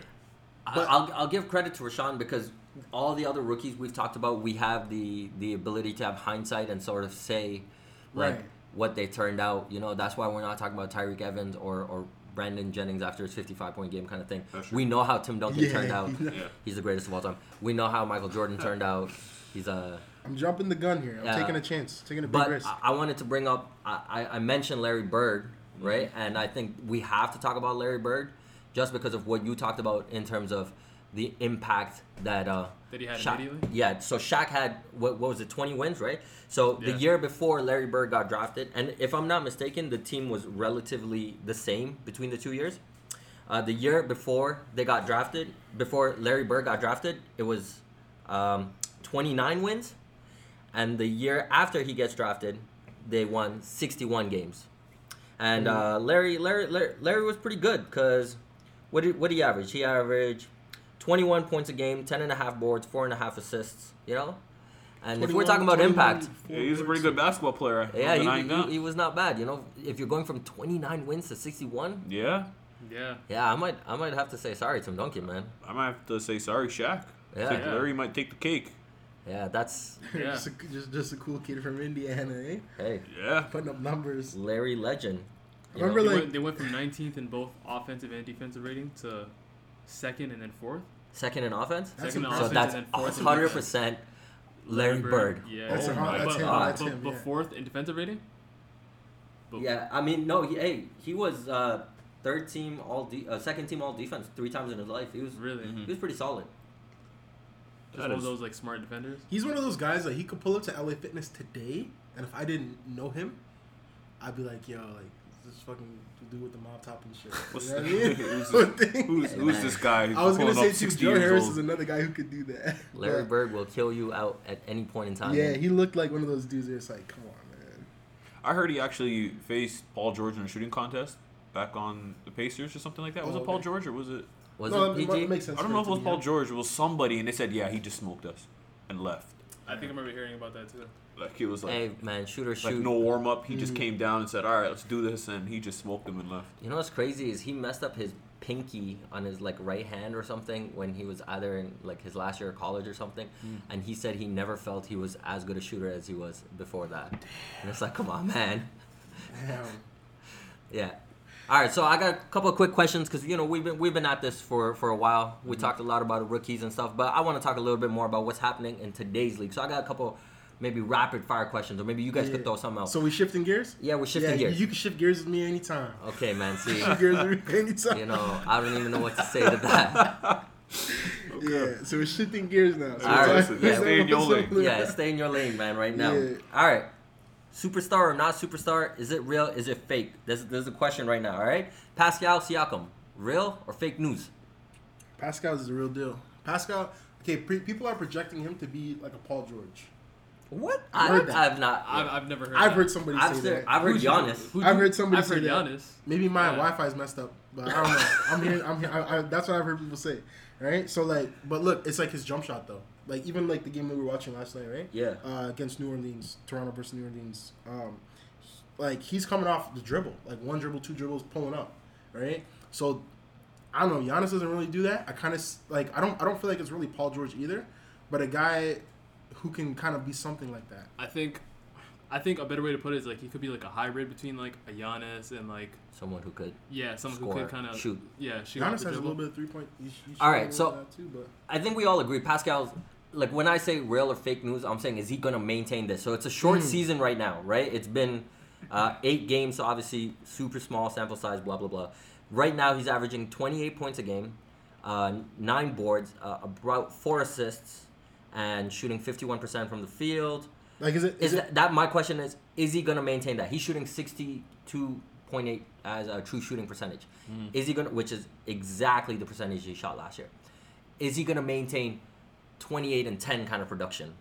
I But- I'll, I'll give credit to Rashawn because all the other rookies we've talked about, we have the the ability to have hindsight and sort of say, like Right. what they turned out. You know, that's why we're not talking about Tyreek Evans or or Brandon Jennings after his fifty five point game kind of thing. That's true. We know how Tim Duncan Yeah. turned out. Yeah. He's the greatest of all time. We know how Michael Jordan turned out. He's a I'm jumping the gun here. I'm Yeah. taking a chance, taking a big but uh, risk. I, I wanted to bring up I, I- I mentioned Larry Bird, Mm-hmm. right? And I think we have to talk about Larry Bird just because of what you talked about in terms of the impact that uh That he had Shaq- immediately? Yeah, so Shaq had what, what was it, twenty wins, right? So the Yeah. year before Larry Bird got drafted, and if I'm not mistaken, the team was relatively the same between the two years. Uh, the year before they got drafted, before Larry Bird got drafted, it was um, 29 wins. And the year after he gets drafted, they won 61 games. And Mm-hmm. uh, Larry, Larry, Larry, Larry was pretty good because what did, what did he average? He averaged 21 points a game, 10 and a half boards, four and a half assists, you know? And if we're 21, talking about 21, impact, four Yeah, he's a pretty boards. good basketball player. I'm yeah, he, denying that. he, he was not bad. You know, if you're going from 29 wins to 61, yeah, yeah. yeah, I might, I might have to say sorry to Duncan, man. I might have to say sorry, Shaq. Yeah. I think Yeah. Larry might take the cake. Yeah, that's Yeah. just, a, just, just a cool kid from Indiana, eh? hey, Yeah. Putting up numbers. Larry Legend. you Remember, They, like, went, they went from 19th in both offensive and defensive rating to second and then fourth. second in offense. That's second in so offense impressive. that's and then fourth in hundred percent Larry Bird. Yeah. Oh That's a- my God. that's him, But- that's but- him, but yeah. fourth in defensive rating. But- Yeah, I mean, no, he, hey, he was uh, third team all, de- uh, second team all defense three times in his life. He was Really? he was pretty solid. Just That one of is- those like smart defenders. He's one of those guys that he could pull up to LA Fitness today, and if I didn't know him, I'd be like, yo, like, this fucking dude with the mob top and shit. What's You know the- what I mean? Who's, who's this guy? who's I was gonna pulling say up too, 60 Joe years Harris old? is another guy who could do that. Larry But- Bird will kill you out at any point in time. Yeah, he looked like one of those dudes that's like, come on, man. I heard he actually faced Paul George in a shooting contest back on the Pacers or something like that. Was Oh, it Paul okay. George or was it? Was no, it that- PG? that makes sense. I don't for know it if to it was be Paul him. George. It was somebody, and they said, yeah, he just smoked us and left. I think I remember hearing about that too. Like it was like, hey man, shooter shoot. like no warm up. He Mm. just came down and said, all right, let's do this, and he just smoked them and left. You know what's crazy is he messed up his pinky on his like right hand or something when he was either in like his last year of college or something, Hmm. and he said he never felt he was as good a shooter as he was before that. And it's like, come on, man. Damn. Yeah. All right, so I got a couple of quick questions because you know we've been we've been at this for for a while. We Mm-hmm. talked a lot about rookies and stuff, but I want to talk a little bit more about what's happening in today's league. So I got a couple, maybe rapid fire questions, or maybe you guys could Yeah. throw something else. So we shifting gears? yeah, we're shifting yeah, gears. You can shift gears with me anytime. okay, man. See, Shift gears with me anytime. you know, I don't even know what to say to that. Yeah, so we're shifting gears now. So All right, we're so talking- stay in your lane. yeah, stay in your lane, man. Right now. Yeah. All right. Superstar or not superstar? Is it real? Is it fake? This, this is a question right now. All right. Pascal Siakam, real or fake news? Pascal is the real deal. Pascal, okay, pre- people are projecting him to be like a Paul George. What? I, heard that. I've not. I've, I've never heard. I've that. heard somebody I've, say still- that. I've heard Who'd you- Giannis. who'd I've you- heard somebody I've say heard that. Giannis. Maybe my Yeah. Wi-Fi is messed up, but I don't know. I'm here. I'm here. I, I, that's what I've heard people say, right? So like, but look, it's like his jump shot though. Like even like the game that we were watching last night, right? Yeah. Uh, against New Orleans, Toronto versus New Orleans. Um, like he's coming off the dribble, like one dribble, two dribbles, pulling up, right? So I don't know. Giannis doesn't really do that. I kind of like I don't I don't feel like it's really Paul George either, but a guy who can kind of be something like that. I think, I think a better way to put it is like he could be like a hybrid between like a Giannis and like Someone who could. yeah, someone who Score, could kind of shoot. Yeah, shoot. off Giannis the has a dribble. little bit of three point. you- you All should right, know so- that too, but. I think we all agree. Pascal's like when I say real or fake news, I'm saying is he gonna maintain this? So it's a short season right now, right? It's been uh, eight games, so obviously super small sample size. Blah blah blah. Right now he's averaging 28 points a game, uh, nine boards, uh, about four assists, and shooting 51% from the field. Like, is it Is is, it that, that my question is? Is he gonna maintain that? He's shooting 62.8 as a true shooting percentage. Is he gonna, which is exactly the percentage he shot last year? Is he gonna maintain 28 and 10 kind of production?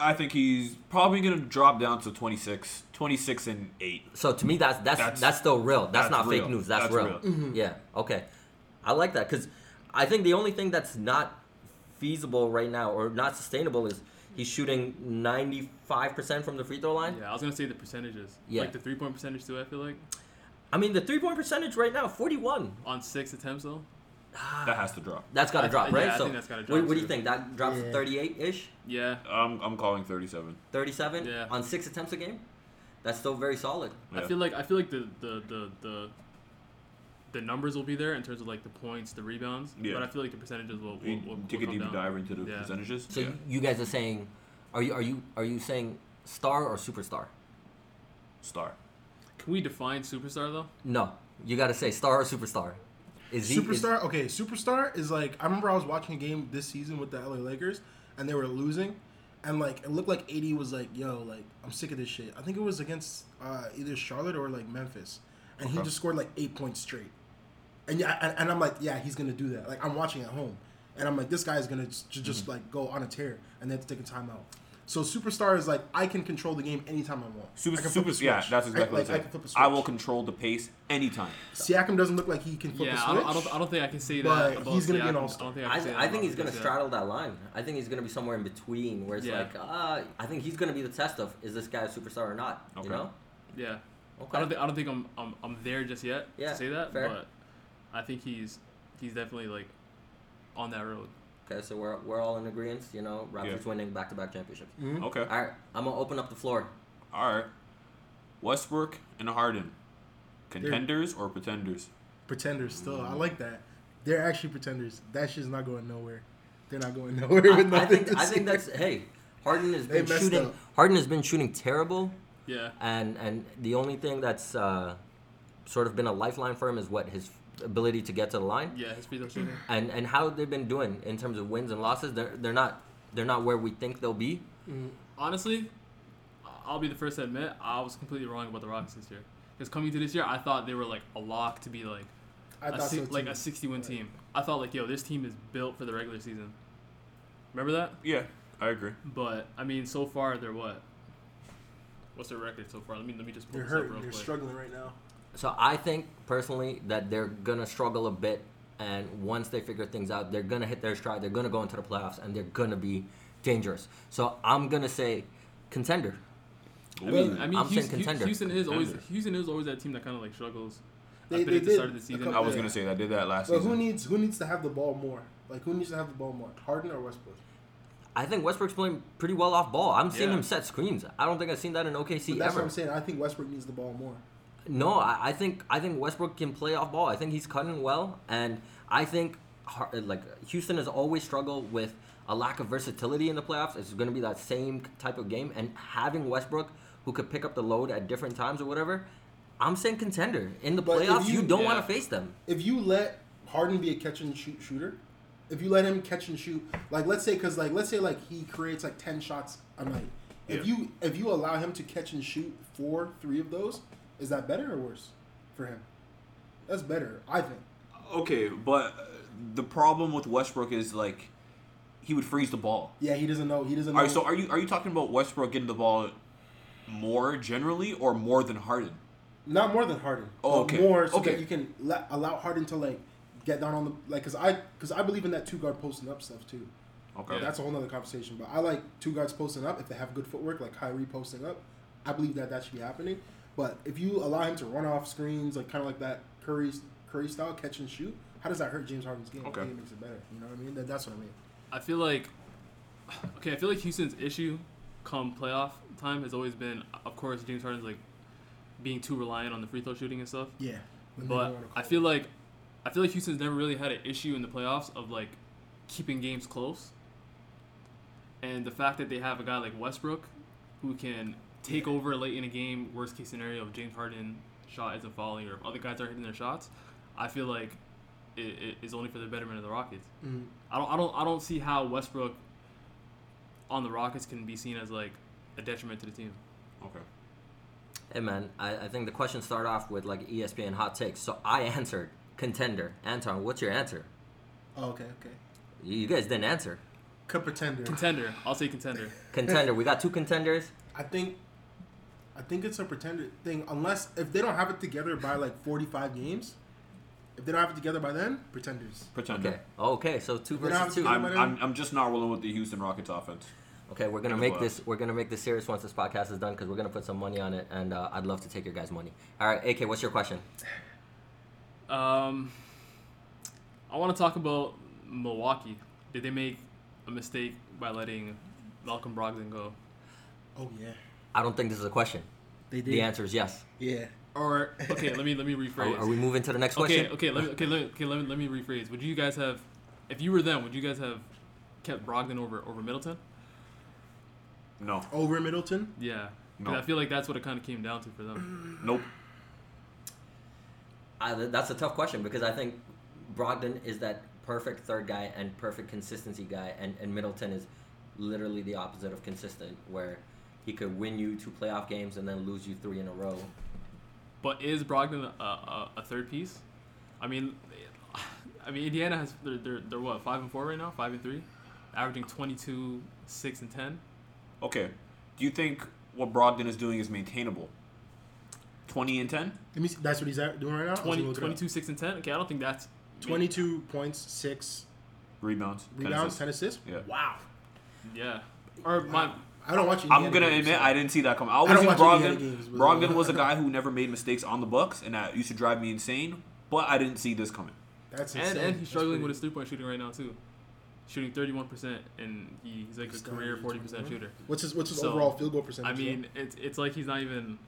I think he's probably going to drop down to 26, 26 and 8. So to me, that's that's that's, That's- still real. That's, that's not real. fake news. That's, That's real. real. Yeah. Okay. I like that because I think the only thing that's not feasible right now or not sustainable is he's shooting 95% from the free throw line. Yeah, I was gonna say the percentages. Yeah. Like the three point percentage too. I feel like I mean, the three point percentage right now, Ah, 41. on six attempts though. That has to drop. That's gotta I- drop, yeah, right? I so think that's gotta What, drop what do you too. think? That drops to Yeah. 38 ish, Yeah. I'm, I'm calling 37. 37 Yeah. on six attempts a game. That's still very solid. I Yeah. feel like I feel like the the the the the numbers will be there in terms of like the points, the rebounds, Yeah. but I feel like the percentages will, will, We will, will take a come deep down. dive into the Yeah. percentages. So you you guys are saying, are you are you are you saying star or superstar? Star. Can we define superstar though? No, you gotta say star or superstar. Is he is- superstar? okay, superstar is like I remember I was watching a game this season with the LA Lakers and they were losing, and like it looked like AD was like, "Yo, like I'm sick of this shit." I think it was against uh, either Charlotte or like Memphis, and he Okay. just scored like eight points straight. And yeah, and, and I'm like, yeah, he's gonna do that. Like I'm watching at home, and I'm like, this guy's gonna just, just Mm-hmm. like go on a tear, and they have to take a timeout. So superstar is like I can control the game anytime I want. Super, I can flip super, a switch. yeah, that's exactly I, like, what I'm I saying. can flip a switch. I, will control the pace anytime. Siakam doesn't look like he can flip yeah, a I switch. don't, I don't I don't think I can say but that. about he's gonna be an Siakam. all-star. I, don't think, I, I, can say that I think about he's gonna Siakam. straddle that line. I think he's gonna be somewhere in between where it's Yeah. like, uh, I think he's gonna be the test of is this guy a superstar or not? Okay. You know? Yeah. Okay. I don't think I don't think I'm I'm, I'm there just yet Yeah, to say that, fair. but I think he's he's definitely like on that road. okay, so we're, we're all in agreement. You know, Raptors Yeah. winning back to back championships. Okay. All right, I'm gonna open up the floor. All right. Westbrook and Harden, contenders or pretenders? pretenders still. I like that. They're actually pretenders. That shit's not going nowhere. They're not going nowhere with I, I nothing. think I this think year. that's hey. Harden has They been messed shooting. up. Harden has been shooting terrible, Yeah. and and the only thing that's uh, sort of been a lifeline for him is what his ability to get to the line, Yeah, his free throw shooting. and and how they've been doing in terms of wins and losses. They're they're not they're not where we think they'll be. Honestly, I- I'll be the first to admit I was completely wrong about the Rockets this year. Because coming to this year, I thought they were like a lock to be like I a thought si- so too. like a 61 team. I thought like, yo, this team is built for the regular season. Remember that? Yeah, I agree. But I mean, so far they're what? What's their record so far? Let me let me just pull You're this up hurting. real You're quick. struggling right now. So I think personally that they're gonna struggle a bit, and once they figure things out, they're gonna hit their stride. They're gonna go into the playoffs, and they're gonna be dangerous. So I'm gonna say contender. I mean, Ooh. I mean, I'm saying Houston, contender. Houston is always Contender. Houston is always that team that kind of like struggles. They- I bet they at the did start of the a season. couple- I was gonna say I did that last But season. who needs who needs to have the ball more? Like who needs to have the ball more? Harden or Westbrook? I think Westbrook's playing pretty well off ball. I'm seeing Yeah. him set screens. I don't think I've seen that in OKC But that's ever. what I'm saying. I think Westbrook needs the ball more. No, I, I think I think Westbrook can play off ball. I think he's cutting well, and I think Har- like Houston has always struggled with a lack of versatility in the playoffs. It's going to be that same type of game, and having Westbrook who could pick up the load at different times or whatever. I'm saying contender in the But if playoffs. You, you- don't yeah. want to face them. If you let Harden be a catch and shoot shooter, if you let him catch and shoot, like let's say, because like let's say like he creates like ten shots a night. If Yeah. you if you allow him to catch and shoot four, three of those, is that better or worse for him? That's better, I think. Okay, but uh, the problem with Westbrook is like he would freeze the ball. Yeah, he doesn't know. He doesn't. All know. right, so are you are you talking about Westbrook getting the ball more generally or more than Harden? Not more than Harden. Oh, but okay. More so Okay. that you can let, allow Harden to like get down on the like because I because I believe in that two guard posting up stuff too. Okay. Yeah. That's a whole nother conversation. But I like two guards posting up if they have good footwork, like Kyrie posting up. I believe that that should be happening. But if you allow him to run off screens, like kind of like that Curry Curry style catch and shoot, how does that hurt James Harden's game? Okay. I think it makes it better. You know what I mean? That, that's what I mean. I feel like okay, I feel like Houston's issue come playoff time has always been of course James Harden's like being too reliant on the free throw shooting and stuff. Yeah. But I feel like I feel like Houston's never really had an issue in the playoffs of like keeping games close. And the fact that they have a guy like Westbrook who can take over late in a game, worst case scenario if James Harden shot isn't falling or if other guys aren't hitting their shots, I feel like it, it is only for the betterment of the Rockets. Mhm. I don't I don't I don't see how Westbrook on the Rockets can be seen as like a detriment to the team. Okay. Hey man, I, I think the question started off with like E ESPN hot takes. So I answered contender. Anton, what's your answer? Oh, okay. Okay. You, you guys didn't answer. Cup pretender. Contender. I'll say contender. Contender. we got two contenders. I think I think it's a pretender thing unless if they don't have it together by like 45 games. If they don't have it together by then, pretenders. Pretender. Okay. Okay. So two We're not versus two. together I'm, But, I'm, I'm just not rolling with the Houston Rockets offense. Okay, we're gonna As make well. this. We're gonna make this serious once this podcast is done because we're gonna put some money on it, and uh, I'd love to take your guys' money. All right, AK, what's your question? Um, I want to talk about Milwaukee. Did they make a mistake by letting Malcolm Brogdon go? Oh yeah. I don't think this is a question. They The answer is yes. Yeah. Or okay, let me let me Are, rephrase. are we moving to the next question? okay, okay, let me, okay, let, okay, let me, let me rephrase. Would you guys have, if you were them, would you guys have kept Brogdon over over Middleton? No. Over Middleton. Yeah, 'Cause No. I feel like that's what it kind of came down to for them. Nope. I, Uh, th- that's a tough question because I think Brogdon is that perfect third guy and perfect consistency guy, and, and Middleton is literally the opposite of consistent, where he could win you two playoff games and then lose you three in a row. But is Brogdon a, a, a third piece? I mean, I mean Indiana has they're, they're they're what five and four right now, five and three, averaging 22, six and ten. Okay. Do you think what Brogdon is doing is maintainable? 20 and 10? Let me see. That's what he's at, doing right now. I was gonna 20, look it up. 22, 6, and 10? Okay, I don't think that's. 22 points, six Rebounds. 10 rebounds, assists. ten assists. Yeah. Wow. Yeah. Or my. I don't watch. I'm Indiana gonna games, admit so- I didn't see that coming. I I always don't knew watch Indiana Brogdon. games, but- Brogdon was a guy who never made mistakes on the Bucks, and that used to drive me insane. But I didn't see this coming. That's insane. And, and he's That's struggling pretty- with his three point shooting right now, too. Shooting 31%, and he, he's like He's a down career to 40% 21. shooter. What's his What's his So, overall field goal percentage? I mean, it's it's like he's not even.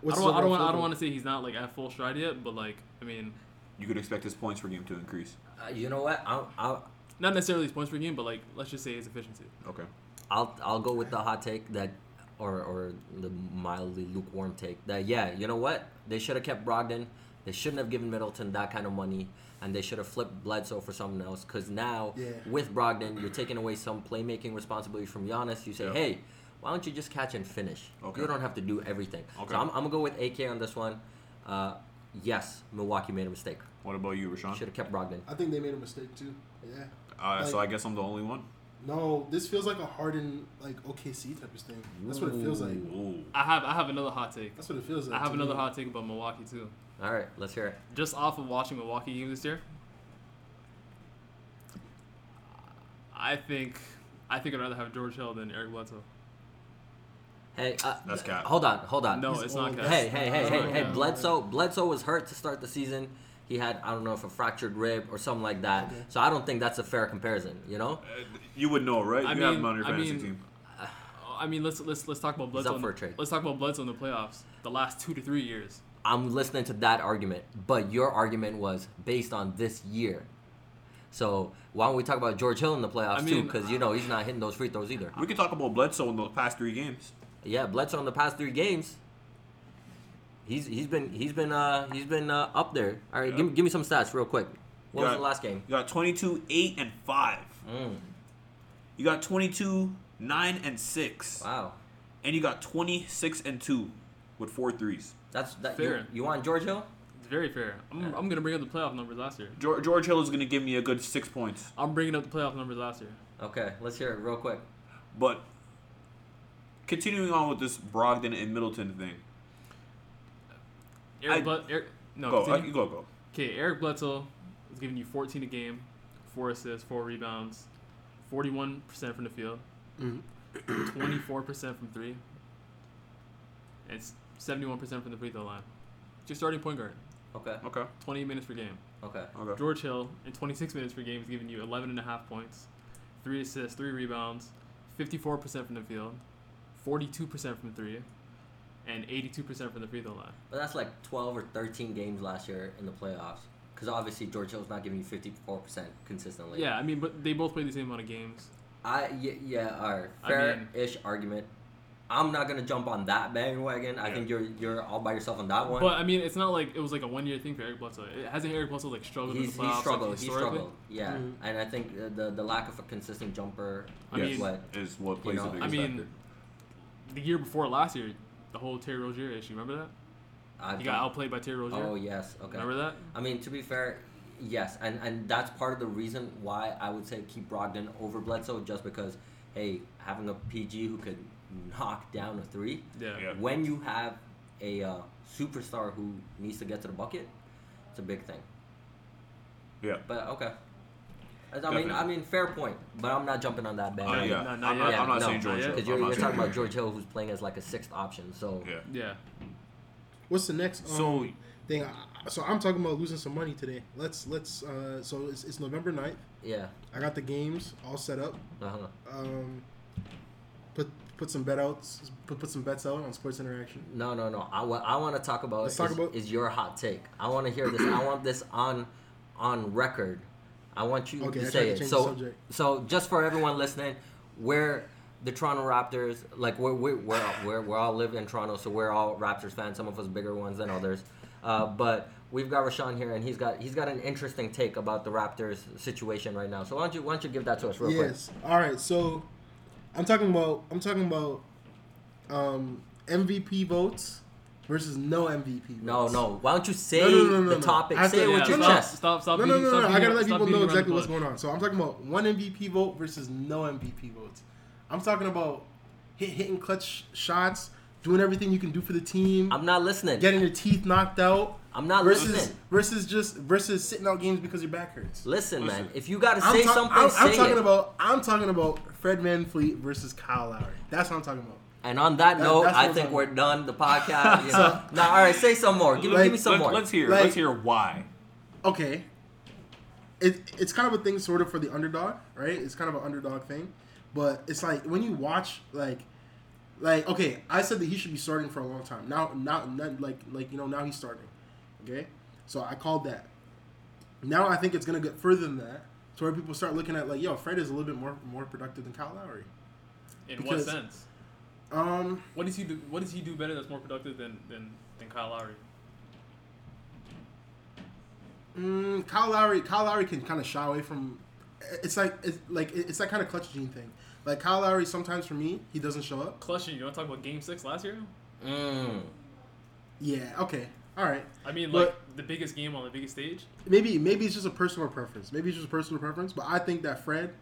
what's I his don't, I don't, overall want, I field don't goal? want to say he's not like at full stride yet, but like, I mean, You could expect his points per game to increase. Uh, you know what? I'll, I'll not necessarily his points per game, but like, let's just say his efficiency. Okay. I'll I'll go with the hot take that, or or the mildly lukewarm take that yeah you know what they should have kept Brogdon, they shouldn't have given Middleton that kind of money, and they should have flipped Bledsoe for someone else because now Yeah. with Brogdon you're taking away some playmaking responsibility from Giannis. You say Yeah. hey, why don't you just catch and finish? Okay. You don't have to do everything. Okay. So I'm, I'm gonna go with AK on this one. Uh, yes, Milwaukee made a mistake. What about you, Rashawn? Should have kept Brogdon. I think they made a mistake too. Yeah. Uh, so I like- guess I'm the only one. No, this feels like a hardened like OKC type of thing. That's what it feels like. Ooh. I have I have another hot take. That's what it feels like. I have to another me. hot take about Milwaukee too. All right, let's hear it. Just off of watching Milwaukee game this year, I think I think I'd rather have George Hill than Eric Bledsoe. Hey, uh, That's cap. Hold on, hold on. No, He's it's not. old. Cap. Hey, hey, hey, It's hey, not hey! cap. Bledsoe, Bledsoe was hurt to start the season. He had I don't know if a fractured rib or something like that. Okay. So I don't think that's a fair comparison. You know, Uh, You would know, right? You I have mean- him on your I fantasy mean- team. I mean, let's let's let's talk about He's Bledsoe. up for a trade. Let's talk about Bledsoe in the playoffs. The last two to three years. I'm listening to that argument, but your argument was based on this year. So why don't we talk about George Hill in the playoffs I too? mean, Because you know he's not hitting those free throws either. We could talk about Bledsoe in the past three games. Yeah, Bledsoe in the past three games, he's he's been he's been uh he's been uh, up there. All right, Yeah. give me give me some stats real quick. What was Yeah. the last game? You got 22, 8, and 5. Mm, You got 22, 9, and 6. wow, And you got 26 and 2 with four threes. that's that. You, Fair. you want George Hill? It's very fair. I'm, I'm gonna bring up the playoff numbers last year. George, George Hill is going to give me a good six points. I'm bringing up the playoff numbers last year. Okay, let's hear it real quick. But continuing on with this Brogdon and Middleton thing. Eric, I- Bled, Eric no, go, Oh, continue. uh, go, go. Okay, Eric Bledsoe is giving you 14 a game, four assists, four rebounds, 41% from the field, Mhm. 24% from three, and s- 71% from the free throw line. It's your starting point guard, Okay, Okay, 20 minutes per game. okay. okay. George Hill, in 26 minutes per game, is giving you 11 and a half points, three assists, three rebounds, 54% from the field, 42% from three, and 82% from the free throw line. But that's like 12 or 13 games last year in the playoffs. Because obviously George Hill's not giving you 54% consistently. Yeah, I mean, but they both played the same amount of games. I, yeah, yeah all right. I mean- Fair-ish argument. I'm not going to jump on that bandwagon. I Yeah. think you're you're all by yourself on that one. But I mean, it's not like it was like a one year thing for Eric Bledsoe. It hasn't Eric Bledsoe like struggled he's, in the playoffs he struggled. like, He historically? struggled. Yeah. Mhm. And I think uh, the the lack of a consistent jumper I is mean- what. Is what plays You know, the I biggest mean, factor. the year before last year, the whole Terry Rozier issue. Remember that? I He think- got outplayed by Terry Rozier. Oh, yes. Okay. Remember that? I mean, to be fair, yes, and and that's part of the reason why I would say keep Brogdon over Bledsoe, just because hey, having a PG who could knock down a three, Yeah. Yeah. when you have a uh, superstar who needs to get to the bucket, it's a big thing. Yeah. But okay, I mean, Definitely. I mean, fair point, but I'm not jumping on that Uh, bandwagon. yeah. not- I'm not not, yet. I'm not No, saying not George yet. Hill. Because I'm you're, not you're saying talking about George Hill. George Hill, who's playing as like a sixth option. So Yeah. Yeah. What's the next? Um, So, thing. I- So I'm talking about losing some money today. Let's let's. Uh, so it's, it's November 9th. yeah, I got the games all set up. uh-huh. Um, put put some bet outs. Put put some bets out on Sports Interaction. No, no, no. I, what I want to talk about, Let's is, talk about- is your hot take. I want to hear this. I want this on on record. I want you Okay, I to tried say to it. change the So, subject. so just for everyone listening, we're the Toronto Raptors. Like we're we're we're all, we're, we're all live in Toronto, so we're all Raptors fans. Some of us bigger ones than others, uh, but. We've got Rashawn here, and he's got he's got an interesting take about the Raptors situation right now. So why don't you why don't you give that to us real yes. All right. So I'm talking about I'm talking about um, MVP votes versus no MVP. Votes. quick? No, no. Why don't you say No, no, no, no, the no. topic? I have Say to- it yeah, with your stop, chest. Stop. Stop. No, no, beating- no, stop no, no. I beating- gotta let stop people beating know around the exactly what's bush. going on. So I'm talking about one MVP vote versus no MVP votes. I'm talking about hit, hitting clutch shots, doing everything you can do for the team, I'm not listening. getting your teeth knocked out. I'm not versus listening. versus just versus sitting out games because your back hurts. Listen, man. Listen. If you gotta I'm, say ta- something, I'm, say I'm talking it. about I'm talking about Fred VanVleet versus Kyle Lowry. That's what I'm talking about. and on that That- note, that's what I I'm think talking we're done the podcast. You know? Nah, all right. Say some more. Give, me Like, give me some Let, more. us hear. Like- let's hear why. okay, it, it's kind of a thing sort of for the underdog, right? It's kind of an underdog thing, but it's like when you watch like. Like okay, I said that he should be starting for a long time. Now, now, not like like you know now he's starting, okay. So I called that. Now I think it's gonna get further than that, to where people start looking at like, yo, Fred is a little bit more more productive than Kyle Lowry. In Because- what sense? Um, What does he do? What does he do better that's more productive than than, than Kyle Lowry? Mm, Kyle Lowry, Kyle Lowry can kind of shy away from. It's like it's like it's that kind of clutch gene thing. Like Kyle Lowry, sometimes for me, he doesn't show up. Clutching. You want to talk about Game Six last year? Mm. Yeah. Okay. All right. I mean, like But- the biggest game on the biggest stage. Maybe maybe it's just a personal preference. Maybe it's just a personal preference. But I think that Fred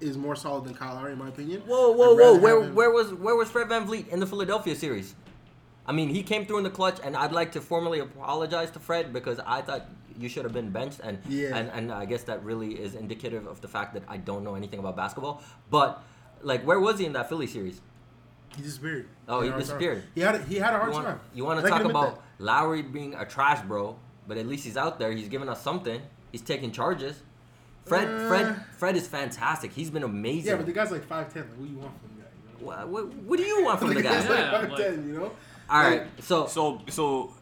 is more solid than Kyle Lowry in my opinion. Whoa, whoa, I'd rather whoa! have Where, him- where was where was Fred Van Vliet in the Philadelphia series? I mean, he came through in the clutch, and I'd like to formally apologize to Fred because I thought you should have been benched, and Yeah. and, and I guess that really is indicative of the fact that I don't know anything about basketball. But like, where was he in that Philly series? he disappeared? Oh, he had a hard time. disappeared. He had a, he had a hard You time. want, you want I to can talk admit about that. Lowry being a trash bro, but at least he's out there. He's giving us something. He's taking charges. Fred, Uh. Fred, Fred is fantastic. He's been amazing. Yeah, but the guy's like five ten. Like, what do you want from the guy? You know? Wha- what, what do you want from the guy? guy's Yeah, like like- five ten. You know. All Like, right, so, So so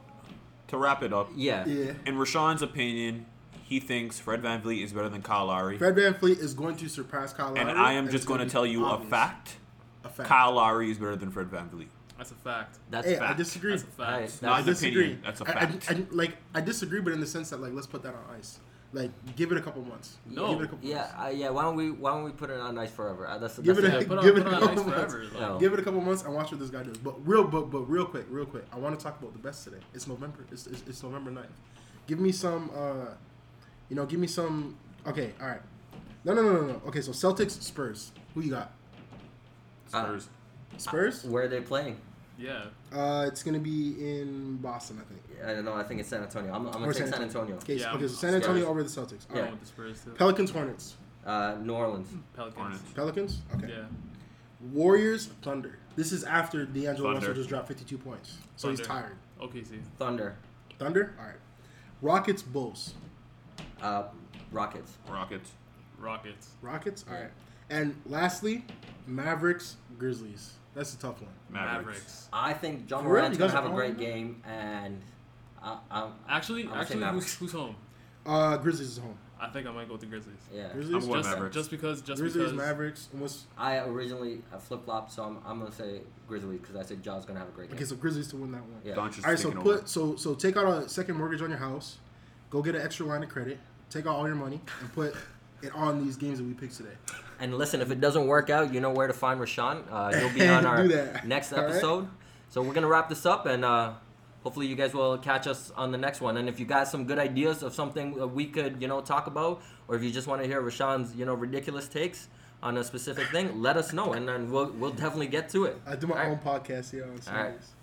to wrap it up, yeah, Yeah. in Rashawn's opinion, he thinks Fred Van Vliet is better than Kyle Lowry. Fred Van Fleet is going to surpass Kyle Lowry. and I am it's just going gonna to be tell you obvious. a fact. A fact. Kyle Lowry is better than Fred Van Vliet. That's a fact. that's Hey, I fact. disagree. That's a all right, fact. that's- not I an opinion. disagree. That's a I- I- fact. I, like I disagree, but in the sense that like let's put that on ice. Like give it a couple months. No. Give it a couple Yeah, months. uh, yeah. Why don't we Why don't we put it on ice forever? Uh, that's Give that's it Yeah, a- put on, give it put on a ice couple forever. Like, No. Give it a couple months and watch what this guy does. But real, but but real quick, real quick. I want to talk about the best today. It's November. It's, it's, it's November 9th. Give me some. uh You know, give me some. Okay, all right. No, no, no, no, no. Okay, so Celtics, Spurs. Who you got? Uh, Spurs. Spurs. Where are they playing? Yeah. Uh, it's gonna be in Boston, I think. I don't know. I think it's San Antonio. I'm, I'm Or gonna take San San Antonio. Okay, so- Yeah, okay, so San yeah. Antonio over the Celtics. All I Yeah. right. don't want the Spurs too. Pelicans, Hornets. Uh, New Orleans. Pelicans. Hornets. Pelicans. Okay. Yeah. Warriors Thunder. This is after D'Angelo Russell Thunder. just dropped 52 points, so he's Thunder. tired. OKC. Thunder. Thunder. All right. Rockets Bulls. Uh, Rockets. Rockets. Rockets. Rockets. All right. And lastly, Mavericks Grizzlies. That's a tough one. Mavericks. Mavericks. I think John For real? Morant's You guys gonna have are a all great in there? game, and I, I'm, Actually, gonna say actually, who's, Mavericks. who's home? Uh, Grizzlies is home. I think I might go with the Grizzlies. yeah. Grizzlies. I'm going Just, Mavericks. just because, just because. Grizzlies Mavericks. And what's I originally flip flopped, so I'm, I'm gonna say Grizzlies because I said Ja's gonna have a great game. okay? So Grizzlies to win that one. Yeah. Doncic's All right. So taking put over. so so take out a second mortgage on your house, go get an extra line of credit, take out all your money, and put it on these games that we picked today. And listen, if it doesn't work out, you know where to find Rashawn. Uh, he'll be on our Do that. next All right. episode. So we're gonna wrap this up, and uh, hopefully you guys will catch us on the next one. And if you got some good ideas of something that we could, you know, talk about, or if you just want to hear Rashawn's, you know, ridiculous takes on a specific thing, let us know, and then we'll we'll definitely get to it. I do my All right. own podcast here on Sundays. All right.